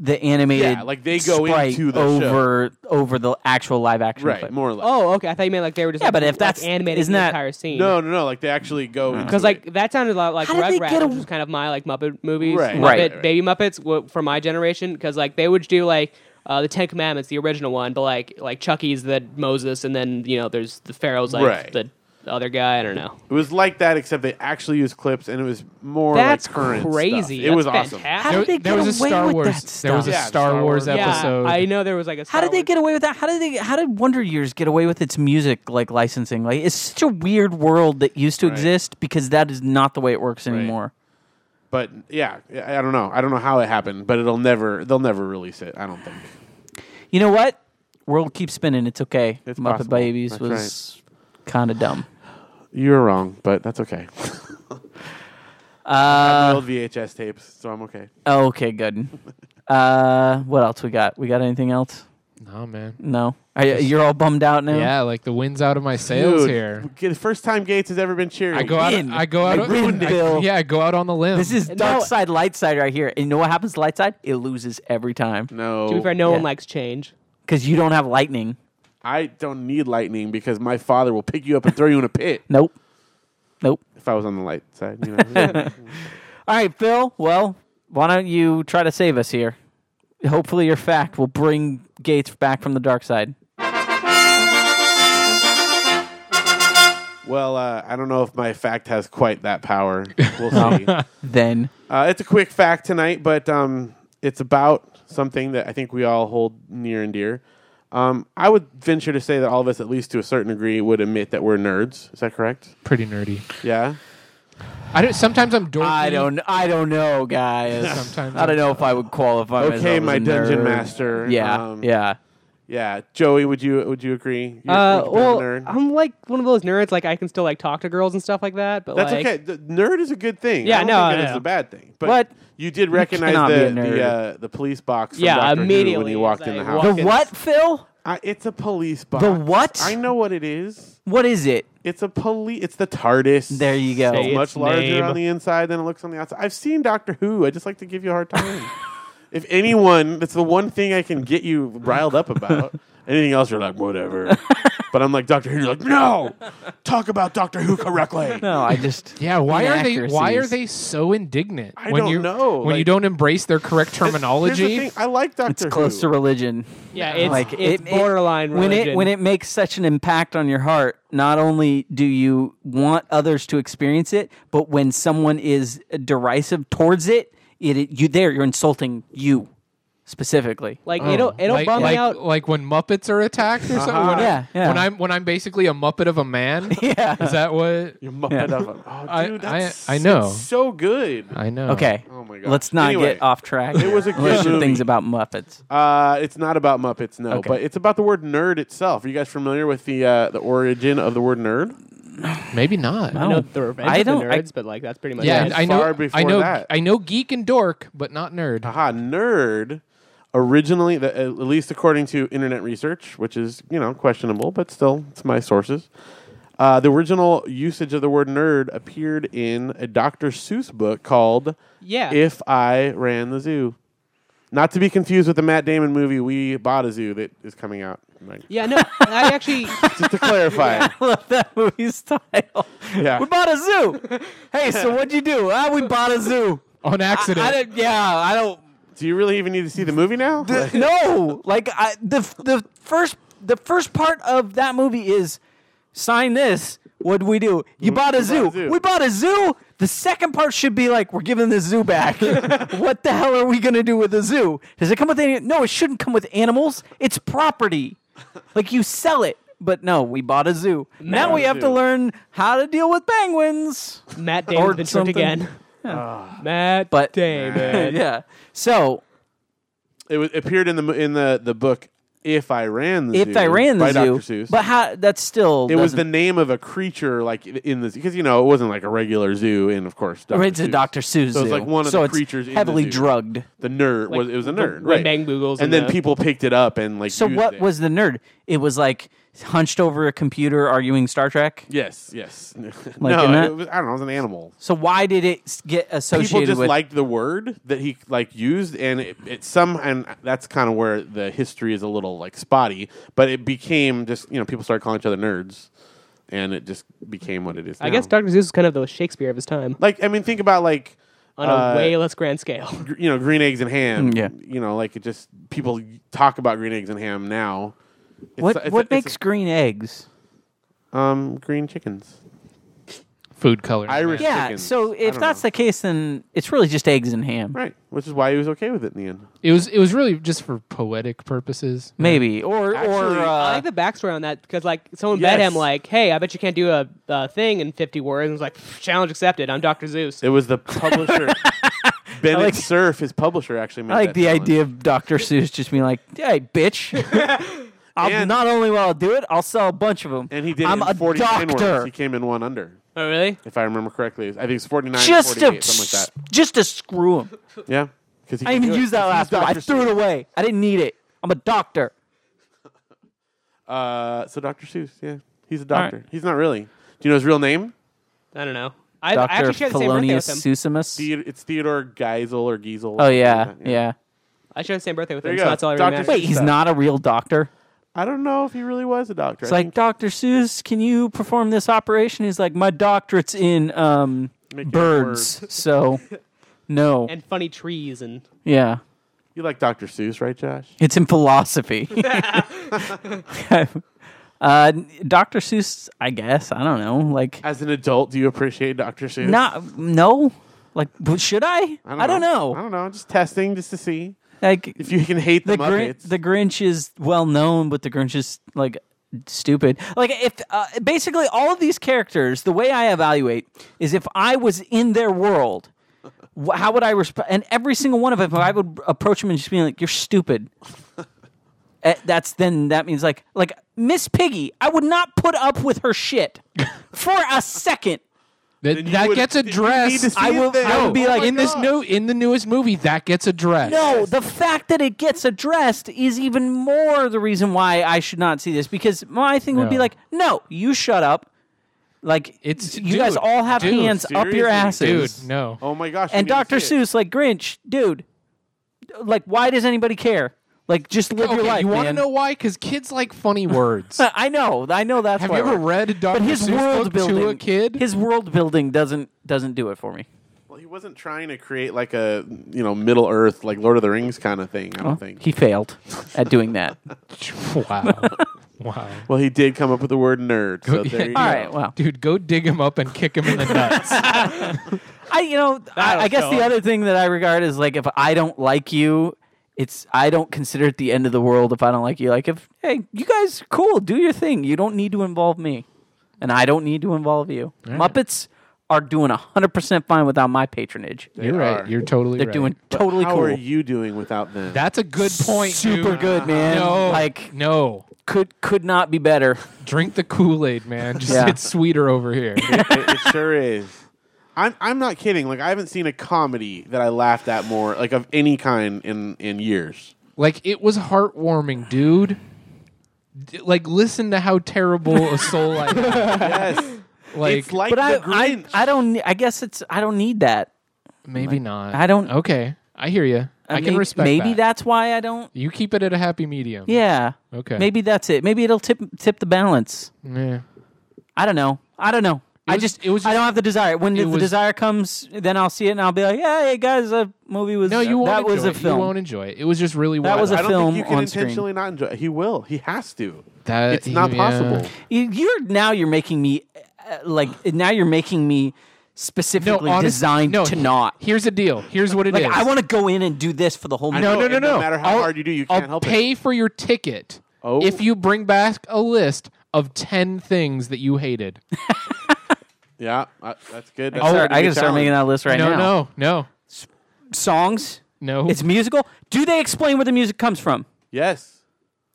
the animated,
Yeah, like they go
sprite
into the
over over the actual live action.
right,
clip.
more or less.
oh, okay. I thought you meant like they were just
Yeah,
like,
but if
like,
that's-
animated
isn't
the
that-
entire scene.
no, no, no! Like they actually go because
Because Uh-huh. like that sounded a lot like
How did they
Rugrats,
get a-
which is kind of my like Muppet movies,
Right.
Muppet,
Right. Right,
right.
Baby Muppets w- for my generation. Because like they would do like uh, the Ten Commandments, the original one, but like like Chucky's the Moses, and then you know there's the Pharaoh's like
Right.
the the other guy. I don't know.
It was like that, except they actually used clips, and it was more
That's
like current stuff.
crazy.
It was
That's
awesome.
fantastic.
How did
There,
they
there
get
was a
away
Star
with
Wars.
that
There was a
stuff? Yeah,
Star
Star
Wars
Wars. Yeah,
episode.
I know there was like a.
How
Star
did they
Wars-
get away with that? How did they? How did Wonder Years get away with its music like licensing? Like it's such a weird world that used to
Right.
exist because that is not the way it works anymore.
But yeah, I I don't know. I don't know how it happened, but it'll never. They'll never release it. I don't think.
You know what? World keeps spinning. It's okay.
It's
Muppet
possible.
Babies
That's
was kind of dumb.
You were wrong, but that's okay. I have
Uh,
old VHS tapes, so I'm okay.
Oh, okay, good. Uh, what else we got? We got anything else?
No man.
No. Are, you- you're all bummed out now.
Yeah, like the wind's out of my sails
Dude,
here.
the First time Gates has ever been cheered.
I go out.
win.
I go out.
I win,
I-
Bill.
yeah, I go out on the limb.
This is
No.
dark side, light side right here. And you know what happens to light side? It loses every time
No,
To be fair, no one
Oh, Yeah.
likes change.
because you don't have lightning.
I don't need lightning because my father will pick you up and throw you in a pit
Nope. Nope.
if I was on the light side. You
*laughs*
know?
All right, Phil. Well, why don't you try to save us here? Hopefully, your fact will bring Gates back from the dark side.
well, uh, I don't know if my fact has quite that power.
*laughs*
We'll see.
Then
Uh, it's a quick fact tonight, but um, it's about something that I think we all hold near and dear. Um, I would venture to say that all of us, at least to a certain degree, would admit that we're nerds. Is that correct?
pretty nerdy.
Yeah.
I don't. Sometimes I'm dorky.
I don't. I don't know, guys.
Sometimes
I don't know if I would qualify. myself
Okay,
as
my
a
dungeon
nerd.
master.
Yeah,
Um,
yeah.
yeah. Joey, would you would you agree? You're,
Uh,
you're a
well,
nerd.
I'm like one of those nerds. Like I can still like talk to girls and stuff like that. But
That's
like,
okay. The nerd is a good thing. I
Yeah,
don't
no,
think
no,
that it's
no.
a bad thing. But
But
you did recognize
cannot
the
be a nerd.
the, uh, the police box. From
Yeah,
Doctor Who when
immediately
you walked
it's
in the
like,
house.
The
fucking-
what, Phil?
I, it's a police box.
The what?
I know what it is.
What is it?
It's a police. It's the TARDIS.
There you go.
It's
Say
much
its
larger
name.
on the inside than it looks on the outside. I've seen Doctor Who. I just like to give you a hard time. *laughs* if anyone, that's the one thing I can get you riled up about. Anything else, you're like whatever. but I'm like Doctor Who. You're like no. Talk about Doctor Who correctly.
No, I
*laughs*
just.
Yeah, why are they? Why are
Inaccuracies.
they so indignant?
I don't
you,
know,
When you
like-
don't embrace their correct
Here's the
terminology,
thing, I like Doctor
It's
Who.
close to religion.
Yeah, it's
like
it's
it- it-
borderline
when
religion.
it when it makes such an impact on your heart not only do you want others to experience it but when someone is derisive towards it it, it- you there you're insulting you specifically
Oh, like it'll it'll
like,
bum
like,
me out.
like when Muppets are attacked or something. When, I-
Uh-huh. Yeah, yeah.
when I'm when I'm basically a Muppet of a man.
*laughs* Yeah.
is that what?
You Muppet
Yeah.
of a- Oh,
I-
dude,
I-
that's
I know.
it's so good.
I know.
okay
Oh my God.
let's not
Anyway,
get off track
it was a good
Unless you're
movie.
things about muppets
Uh, it's not about Muppets, no,
Okay.
but it's about the word nerd itself. Are you guys familiar with the uh, the origin of the word nerd?
maybe not.
I know the revenge
I
of the
don't- I-
nerds, but like that's pretty much
Yeah,
it.
I know.
far before
I know.
that.
I know geek and dork, but not nerd.
Aha, nerd. Originally, the, at least according to internet research, which is you know questionable, but still, it's my sources. Uh, the original usage of the word nerd appeared in a Dr. Seuss book called
Yeah.
If I Ran the Zoo. Not to be confused with the Matt Damon movie We Bought a Zoo that is coming out. Like,
*laughs* yeah, no, I
*laughs*
*laughs*
actually
Just to clarify.
I love that movie's title.
Yeah.
We bought a
*laughs*
zoo. Hey, so what'd you do? Ah, we bought a zoo.
On accident.
I don't, yeah, I don't.
Do you really even need to see the movie now? Like-
no, like I, the the first the first part of that movie is sign this. What do we do? You bought a, zoo.
a zoo.
We bought a zoo. The second part should be like we're giving the zoo
*laughs*
back. what the hell are we gonna do with the zoo? Does it come with any? No, it shouldn't come with animals. It's property. like you sell it. But no, we bought a zoo. Now we
a
have to
zoo.
learn how to deal with penguins.
Matt
Or
Damon's been tricked
something. *laughs*
again. Ah, Matt
But- *laughs*
Damon.
yeah. So
It was, appeared in the mo- in the, the book If I Ran the Zoo.
if I ran the
by
zoo,
Dr. Seuss.
but how? That's still
it was
doesn't-
the name of a creature like in the because you know it wasn't like a regular zoo and of course Dr.
It's a
Seuss.
Dr. Seuss.
So it's like
zoo.
one of
So
the
it's
creatures in the
heavily
zoo.
drugged.
the nerd was
Like,
it was a
the-
nerd
the
right
Bang Boogles
and
and
then
the-
people picked it up and like
So
used
what
it.
was the nerd? It was like hunched over a computer arguing Star Trek.
yes
*laughs*
yes
in
no
that?
it was, I don't know it was an animal
So why did it s- get
people
associated
just
with?
liked the word that he like used and it, it some and that's kind of where the history is a little like spotty but it became just you know people started calling each other nerds and it just became what it is
I
now.
guess Dr. Zeus is kind of the Shakespeare of his time
like i mean think about like
on a
uh,
way less grand scale. *laughs*
gr- you know green eggs and ham
Mm, yeah.
you know like it just people talk about green eggs and ham now It's-
what
it's-
what
it's-
makes green eggs?
um, green chickens.
Food coloring.
Irish
man.
Yeah.
chickens.
So
I
if
don't
that's
know.
the case, then it's really just eggs and ham,
right, which is why he was okay with it in the end.
It was it was really just for poetic purposes.
maybe, or
Actually,
or
I
uh,
like the backstory on that because like someone bet
Yes.
him like, "Hey, I bet you can't do a, a thing in 50 words." And it's like, "Challenge accepted. I'm Doctor Zeus."
It was
*laughs*
the publisher. Bennett Cerf, his publisher, actually made
I like
that
the
challenge.
idea of Dr. Seuss just being like, "Hey, bitch!
*laughs*
I'll,
And-
not only will I do it, I'll sell a bunch of them.
And he did
I'm
it in
a
49
doctor.
words. He came in one under,
Oh, really?
if I remember correctly. I think it's 49
just to
48, something like
just to screw him.
that. Yeah. Cause he
I didn't
can do
even
it.
use that last one. I threw it away. I didn't need it. I'm a doctor.
Uh, so Dr. Seuss, yeah. He's a doctor. He's not really. Do you know his real name?
I don't know. I, I
Doctor
actually shared the same birthday with
Felonius
him.
Susimus.
The- It's Theodore Geisel or Giesel. or
Oh
something
yeah,
like that,
yeah.
I shared the same birthday with
There
him,
you
so
go.
that's all I
Dr.
really matters.
Wait, he's not a real doctor.
I don't know if he really was a doctor.
It's
I
like
think
Doctor Seuss, can you perform this operation? He's like, my doctorate's in um,
Making up
birds, *laughs*
words.
so no,
And funny trees and
yeah,
you like Dr. Seuss, right, Josh?
it's in philosophy. *laughs* uh, Doctor Seuss, I guess. I don't know, like
As an adult, do you appreciate Dr. Seuss?
not no, like but should I? I don't, know.
I don't know. Just testing, just to see
Like
if you can hate the,
the Grinch,
Muppets.
the Grinch is well known, but the Grinch is like stupid. Like if uh, basically all of these characters, the way I evaluate is if I was in their world, wh- how would I respond? And every single one of them, I would approach them and just be like, "You're
*laughs*
stupid." Eh, That's then that means like like Miss Piggy, I would not put up with her shit for a second.
That,
you
that
would-
gets
then you need to
addressed.
see
I
it
will-
then.
I would be
Oh
like,
my
in this
God.
new in the newest movie that gets addressed.
No, the fact that it gets addressed is even more the reason why I should not see this because my thing would be
No.
like, no, you shut up. Like
It's-
you guys
dude,
all have
dude,
hands up your
seriously,
dude,
asses,
no.
Oh my gosh! we
and
need to
Dr.
see it.
Seuss, like Grinch, dude, like why does anybody care? Like just live your
Okay,
life,
you want
man.
to know why? Because kids like funny
*laughs*
words.
I know, I know that's
Have
why
you ever
we're-
read Dr.
But his
Seuss
world
book
building
to a kid?
his world building doesn't doesn't do it for me.
Well, he wasn't trying to create like a you know Middle Earth like Lord of the Rings kind of thing. I don't think.
He failed at doing
*laughs*
that.
*laughs*
*laughs*
wow, wow,
well, he did come up with the word nerd. So
Yeah.
there you
All
go.
right, well,
dude, go dig him up and kick him in the nuts.
*laughs* I you know I, I guess
show
the
'em.
other thing that I regard is like if I don't like you, it's I don't consider it the end of the world if I don't like you. Like if hey you guys cool do your thing. You don't need to involve me, and I don't need to involve you. Muppets are doing hundred percent fine without my patronage.
You're right.
are.
You're totally.
They're
right.
doing totally
How
cool.
are you doing without them?
That's a good point.
Super
dude.
good, man.
No,
Like
no.
could could not be better.
Drink the Kool
*laughs*
Aid, man. Just
Yeah.
it's sweeter
*laughs*
over here.
it, it sure is. I'm I'm not kidding. Like I haven't seen a comedy that I laughed at more like of any kind in in years.
like it was heartwarming, dude. D- Like listen to how terrible a soul I am.
Yes,
*laughs* Like
it's like
But
the
I, I
Grinch.
I don't I guess it's I don't need that.
maybe not.
I don't-
Okay, I hear you. I, can
may-
respect.
Maybe
that.
that's why I don't.
you keep it at a happy medium.
Yeah.
Okay.
Maybe that's it. Maybe it'll tip tip the balance.
Yeah.
I don't know. I don't know. I
was-
just
it was
I
just-
don't have the desire. When
it
the
was-
desire comes, then I'll see it and I'll be like, yeah, hey guys, the movie was
No, you won't.
that
enjoy
was a
it.
film.
You won't enjoy it. It was just really
That
wild.
was a
I don't
film
think you can
on screen.
intentionally not enjoy. He will. He has to.
That- uh,
it's not
yeah.
possible.
You, you're now you're making me uh, like now you're making me specifically
honest-
designed
no,
to not.
Here's the deal. Here's what it is.
Like I want to go in and do this for the whole movie.
know.
No, no,
and
no, no.
no matter how
I'll-
hard you do, you
I'll
can't help it.
pay for your ticket
Oh.
if you bring back a list of ten things that you hated.
Yeah, I, that's good. That's
Sorry,
already a
Oh, I gotta start
challenge.
making that list right
no,
now.
no, no,
Songs.
no.
It's musical. Do they explain where the music comes from?
Yes.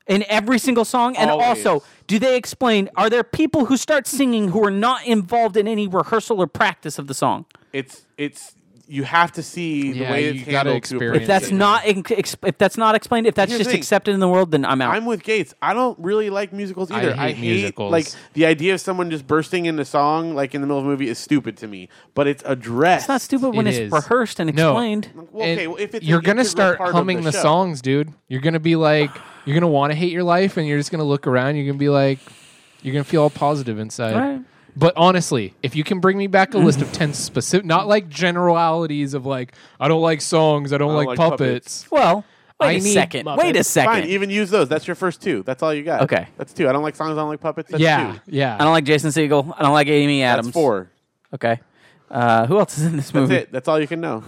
in every single song and
Always.
also do they explain are there people who start singing who are not involved in any rehearsal or practice of the song
it's it's you have to see the
Yeah,
way
you
it's
gotta
handled to
experience
if that's
Yeah.
not in, ex- if that's not explained if that's
Here's the
just
thing.
accepted in the world then i'm out
I'm with Gates. I don't really like musicals
I
either.
hate
I hate,
musicals.
like the idea of someone just bursting into song like in the middle of a movie is stupid to me. But it's addressed.
it's not stupid when
It
it's
is.
rehearsed and
No.
explained
Well, okay,
And
well, if it's
you're
an
gonna
integral
start
part of
humming the,
show-
songs, dude. You're gonna be like, you're gonna want to hate your life, and you're just gonna look around. You're gonna be like, you're gonna feel all positive inside.
Right.
But honestly, if you can bring me back a list
*laughs*
of ten specific, not like generalities of like, I don't like songs, I don't,
don't
like,
like
puppets.
puppets.
well Wait
I
a
need
second.
Muppets.
Wait a second.
Fine, even use those. That's your first two. That's all you got.
Okay.
That's two. I don't like songs. I don't like puppets. That's
yeah,
two.
yeah.
I don't like Jason Siegel. I don't like Amy
That's
Adams.
four.
Okay. Uh, who else is in this
That's
movie?
it. That's all you
*laughs*
can know.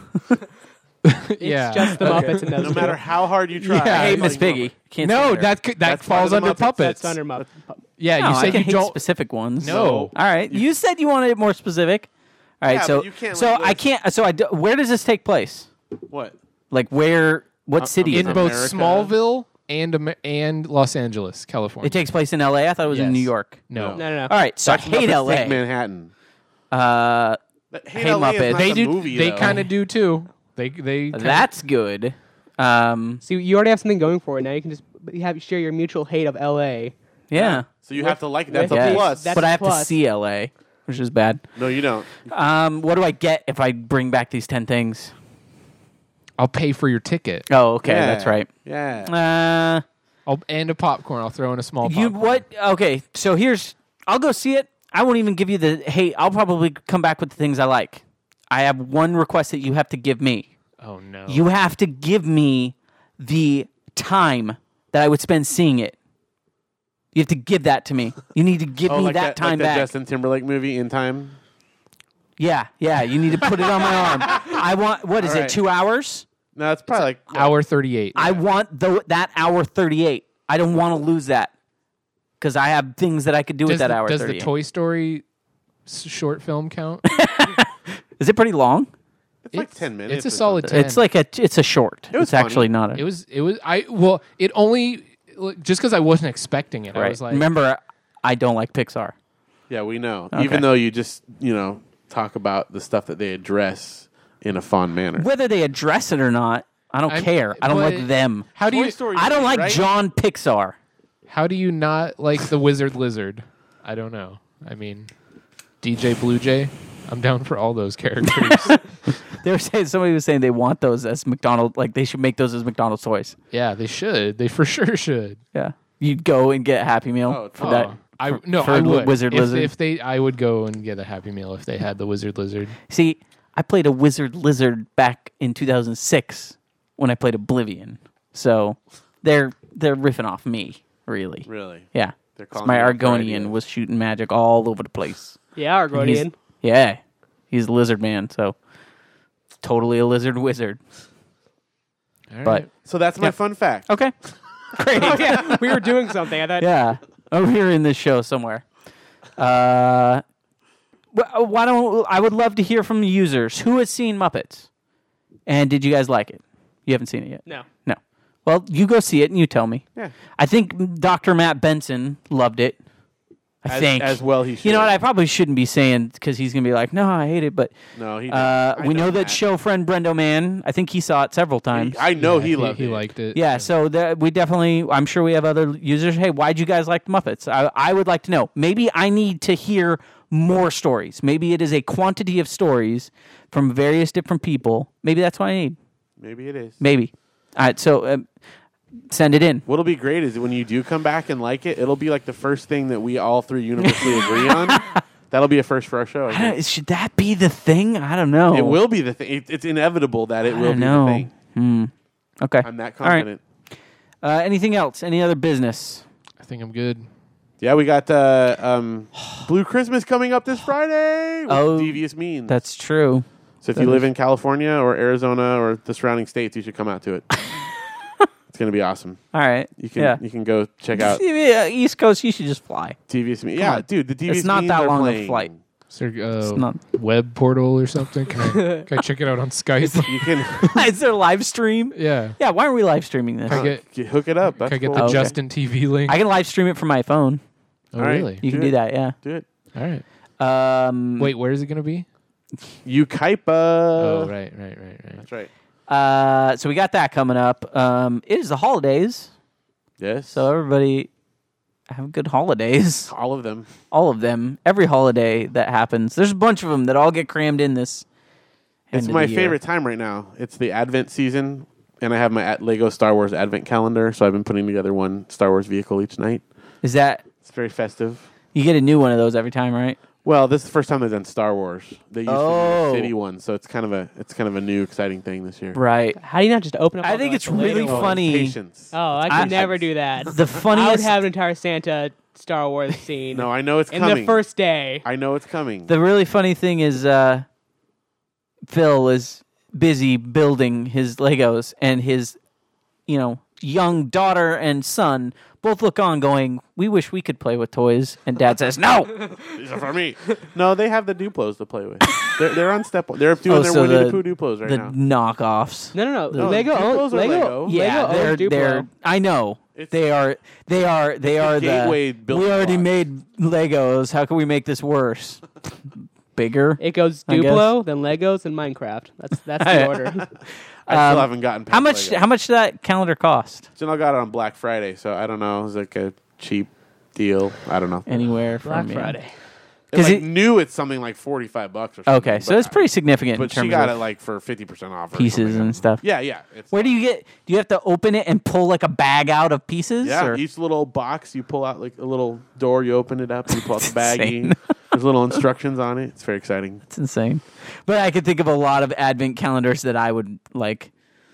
yeah.
It's just the
Okay.
Muppets and those
no
two.
matter how hard you try.
Yeah.
I
Hey,
hate
it's all
Miss
you can
Piggy. Can't
no,
stand her.
that could, that
That's
falls
part of the
under
Muppets.
puppets.
That's under Muppets.
Oh.
yeah,
No,
you
I
said
can
you
hate
don't.
specific ones.
No.
All right. You, said you wanted it more specific. All right.
Yeah,
so
but you can't
so
like
I
this.
can't. So I do, where does this take place?
know. What?
Like where? What city?
in
is it?
both
America.
Smallville and Amer- and Los Angeles, California.
It takes place in L.A. I thought it was in
Yes.
New York.
no.
No, no, no.
All right. So
That's
I hate
Muppets
L.A.
Take Manhattan.
Uh,
But
Hey,
LA is
Muppets.
not
they
the
do.
Movie,
they
though.
kind of do too. They they kinda-
that's good. Um,
So you already have something going for it. Now you can just you have share your mutual hate of L.A.
yeah.
So you have to like. That's
Yes.
a plus.
That's-
but I have to
plus.
see L.A., which is bad.
no, you don't.
Um, what do I get if I bring back these ten things?
I'll pay for your ticket.
Oh, okay,
Yeah.
that's right.
Yeah.
Uh,
I'll and a popcorn. I'll throw in a small.
you
popcorn.
what? Okay, so here's. I'll go see it. I won't even give you the. Hey, I'll probably come back with the things I like. I have one request that you have to give me.
Oh no.
You have to give me the time that I would spend seeing it. You have to give that to me. You need to give
Oh,
me
like
that, time
like that
back.
Justin Timberlake movie in time.
Yeah, yeah. You need to put it on my arm. I want. What is
All
it?
right.
Two hours.
No, it's probably like
Hour thirty eight.
I want the, that hour 38. I don't want to lose that because I have things that I could do with
does
that
the,
hour
does the
38.
Toy Story s- short film count?
Is it pretty long?
*laughs* it's like ten minutes.
It's a
or
solid.
something.
10.
It's like a it's a short.
was
it's actually
funny.
not a
It was. It was. I well. It only just because I wasn't expecting it. I
right.
was like,
Remember, I don't like Pixar.
Yeah, we know. Even though you just you know talk about the stuff that they address in a fond manner.
Whether they address it or not, I don't
I'm-
care. I don't
but-
like them.
How do
Toy
you?
Story
I don't
movie,
like
right?
John Pixar. *laughs*
How do you not like the Wizard Lizard? I don't know. I mean, DJ Blue Jay. I'm down for all those
*laughs*
characters.
They were saying somebody was saying they want those as McDonald like they should make those as McDonald's toys.
yeah, they should. They for sure should.
Yeah. You'd go and get Happy Meal
Oh,
for that.
Oh, I no,
for
I
the
would.
Wizard
if,
Lizard.
If they, I would go and get a Happy Meal if they had the Wizard Lizard.
See, I played a Wizard Lizard back in 2006 when I played Oblivion. So they're they're riffing off me, really.
Really?
Yeah.
They're
'Cause
calling
My
you out for
Argonian
ideas.
was shooting magic all over the place.
Yeah,
He's-
Argonian.
yeah. He's a lizard man, so totally a lizard wizard.
All right.
But
So that's my fun fact.
okay. *laughs* Great.
yeah, we were doing something. I
*laughs*
thought.
yeah. Over here in this show somewhere. Uh wh- why don't I would love to hear from the users who has seen Muppets, and did you guys like it? You haven't seen it yet.
No.
No. Well, you go see it and you tell me.
Yeah.
I think Dr. Matt Benson loved it. I
As,
think
as well he should.
You know what? I probably shouldn't be saying because he's gonna be like, "No, I hate it." But
No, he.
uh,
didn't. I
we know,
know
that show friend Brendo Man. I think he saw it several times.
I know Oh, he
he,
loved
he
it.
liked it.
Yeah, so that we definitely, I'm sure we have other users. Hey, why'd you guys like Muppets? I, I would like to know. Maybe I need to hear more stories. Maybe it is a quantity of stories from various different people. Maybe that's what I need.
Maybe it is.
Maybe. All right, so um, send it in. *sighs*
What'll be great is when you do come back and like it, it'll be like the first thing that we all
*laughs*
three universally agree on. That'll be a first for our show. I
I
think.
don't- Should that be the thing? I don't know.
It will be the thing. It, it's inevitable that it
I don't
will be
know.
the thing.
Hmm. Okay.
I'm that
All right.
confident.
Uh, anything else? Any other business?
I think I'm good.
Yeah, we got uh,
*sighs*
um, Blue Christmas coming up this Friday. With
Oh,
devious means.
That's true.
so if you live in California or Arizona or the surrounding states, you should come out to it.
*laughs*
it's gonna be awesome.
All right.
You can
yeah.
you can go check out
*laughs* Yeah, East Coast, you should just fly.
devious means. Yeah,
on.
dude, the devious
not
Means
that
are
long of a
playing.
flight.
Is there uh,
not- *laughs*
web portal or something? Can I,
*laughs*
can I check it out on Skype?
You can *laughs*
is there a live stream?
*laughs* yeah.
Yeah, why aren't we live streaming this?
Can I get,
you hook it up.
can I
That's
get
cool.
the
okay.
Justin TV link?
I can live stream it from my phone.
oh,
All right.
really?
You can do
Good.
that, yeah.
Do it.
All right.
Um,
Wait, where is it going to be?
Ukaipa.
oh, right, right, right, right.
That's right.
Uh, so we got that coming up. Um, it is the holidays,
Yes.
so everybody have good holidays. *laughs*
all of them.
All of them. Every holiday that happens, there's a bunch of them that all get crammed in this.
It's
end of
my
the year.
favorite time right now. It's the Advent season, and I have my at Lego Star Wars Advent calendar. So I've been putting together one Star Wars vehicle each night.
Is that
It's very festive.
you get a new one of those every time, right?
Well, this is the first time they've done Star Wars. They used to do
Oh.
the city one, so it's kind of a it's kind of a new exciting thing this year.
Right.
How do you not just open up?
I
all
think
the-
it's
the later
really
ones?
funny. Uh,
Patience.
Oh, I could
I-
never do that.
The
I would
funniest.
have an entire Santa Star
*laughs*
Wars scene.
No, I know it's
in
coming.
the first day.
I know it's coming.
the really funny thing is, uh, Phil is busy building his Legos, and his, you know, young daughter and son both look on, going, "We wish we could play with toys." And Dad says, "No."
These are for me. no, they have the Duplos to play with. They're, they're on step. one. They're
*laughs*
doing
Oh,
their
so
Winnie the,
the-
Pooh Duplos right
the
now.
knockoffs.
No, no, no.
No,
Lego,
Duplos
owns,
are
Lego,
Lego.
Yeah,
Lego
they're
owns Duplo.
they're. I know
It's-
they are. They are. They
the
are the.
gateway building
we already
blocks.
made Legos. How can we make this worse? Bigger.
It goes
I guess.
Duplo, then Legos, and Minecraft. That's
*laughs*
that's the *laughs* order.
I
Um,
still haven't gotten. Past
how much?
Lego.
How much did that calendar cost?
So I got it on Black Friday, so I don't know. It was like a cheap deal. I don't know.
Anywhere from
Black
you.
Friday.
It, like,
it-
new, it's something like forty-five bucks or something.
Okay, so
but
it's pretty significant in
But she
terms
got it
of
like for fifty percent off. or
pieces
something.
and stuff.
Yeah, yeah. It's
Where do you get? Do you have to open it and pull like a bag out of pieces?
Yeah,
or-
each little box you pull out like a little door, you open it up, you pull
*laughs*
out the baggie.
insane.
There's little instructions on it. It's very exciting.
it's insane. But I could think of a lot of advent calendars that I would like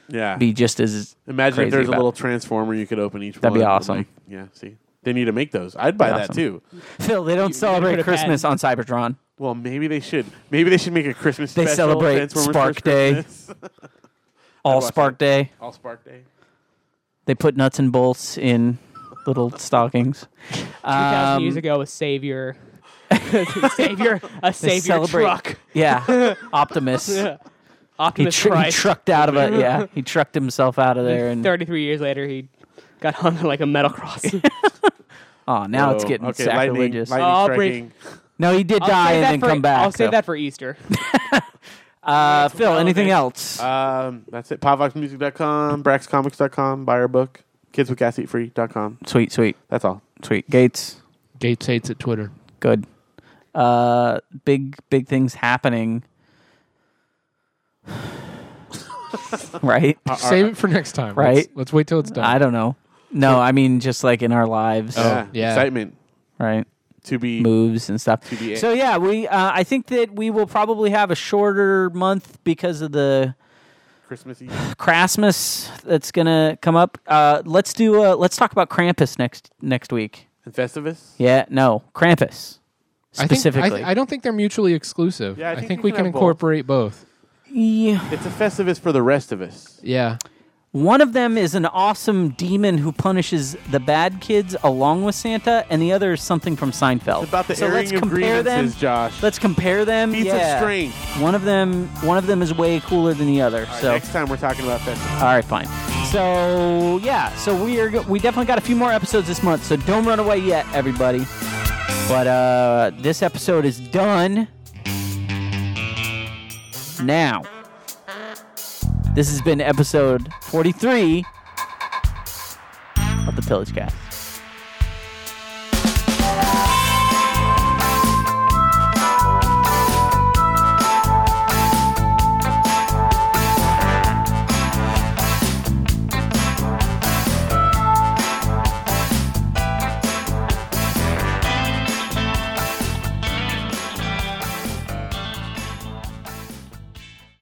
Yeah.
be just as
Imagine if
crazy
there's a
about.
little transformer you could open each
That'd
one.
be
and,
awesome.
like, yeah, see. They need to make those. I'd buy
That'd
that
be
too.
Phil. They don't
put
celebrate
a patent.
Christmas on Cybertron.
Well, maybe they should. Maybe they should make a Christmas
They
special,
celebrate
Transformers for
Spark Day.
Christmas. *laughs*
All
watch
Spark Day.
All Spark Day.
They put nuts and bolts in
*laughs*
little stockings.
Two thousand
Um,
years ago, a savior, *laughs*
*laughs*
savior, a savior
celebrate-
truck, *laughs*
*laughs*
Yeah, Optimus. He,
Optimus
tr- he
Christ.
trucked out of it.
*laughs*
Yeah, he trucked himself out of there. And
Thirty-three years later, he got hung like a
*laughs*
metal cross.
oh, now it's
Oh,
getting
okay, lightning,
sacrilegious.
lightning
I'll break-
striking.
No, he did
I'll
die
save
and
that
then
for-
come back.
I'll save
so.
that for Easter.
Uh, Phil, anything
relevant.
else?
Um, that's it. Podvoxmusic.com, braxcomics.com, buy our book, kidswithgaseatfree.com.
sweet, sweet,
That's all.
sweet. Gates,
Gates hates at Twitter.
good. Uh, big, big things happening. *sighs*
*laughs*
right?
Uh,
Save it for next time.
Right?
Let's, let's wait till it's done.
I don't know. No, I mean just like in our lives,
yeah.
yeah.
Excitement
right?
to be
Moves and stuff.
TBA.
So yeah, we. Uh, I think that we will probably have a shorter month because of the
Christmassy.
Christmas that's gonna come up. Uh, let's do. Uh, let's talk about Krampus next next week.
And Festivus?
Yeah, no, Krampus
I think- I th-
specifically.
I, don't think they're mutually exclusive.
Yeah, I think
think we
we can
can
have both.
incorporate both.
Yeah.
It's a Festivus for the rest of us.
Yeah.
One of them is an awesome demon who punishes the bad kids along with Santa, and the other is something from Seinfeld.
About the
so let's
airing of
compare
grievances,
them.
Josh.
Let's compare them.
Feats
yeah.
of strength.
One of them, one of them is way cooler than the other.
All right,
so
next time we're talking about Festivus.
All right, fine. So yeah, so we are go- we definitely got a few more episodes this month. So don't run away yet, everybody. But uh, this episode is done. Now, this has been episode forty-three of the Pillage Cast.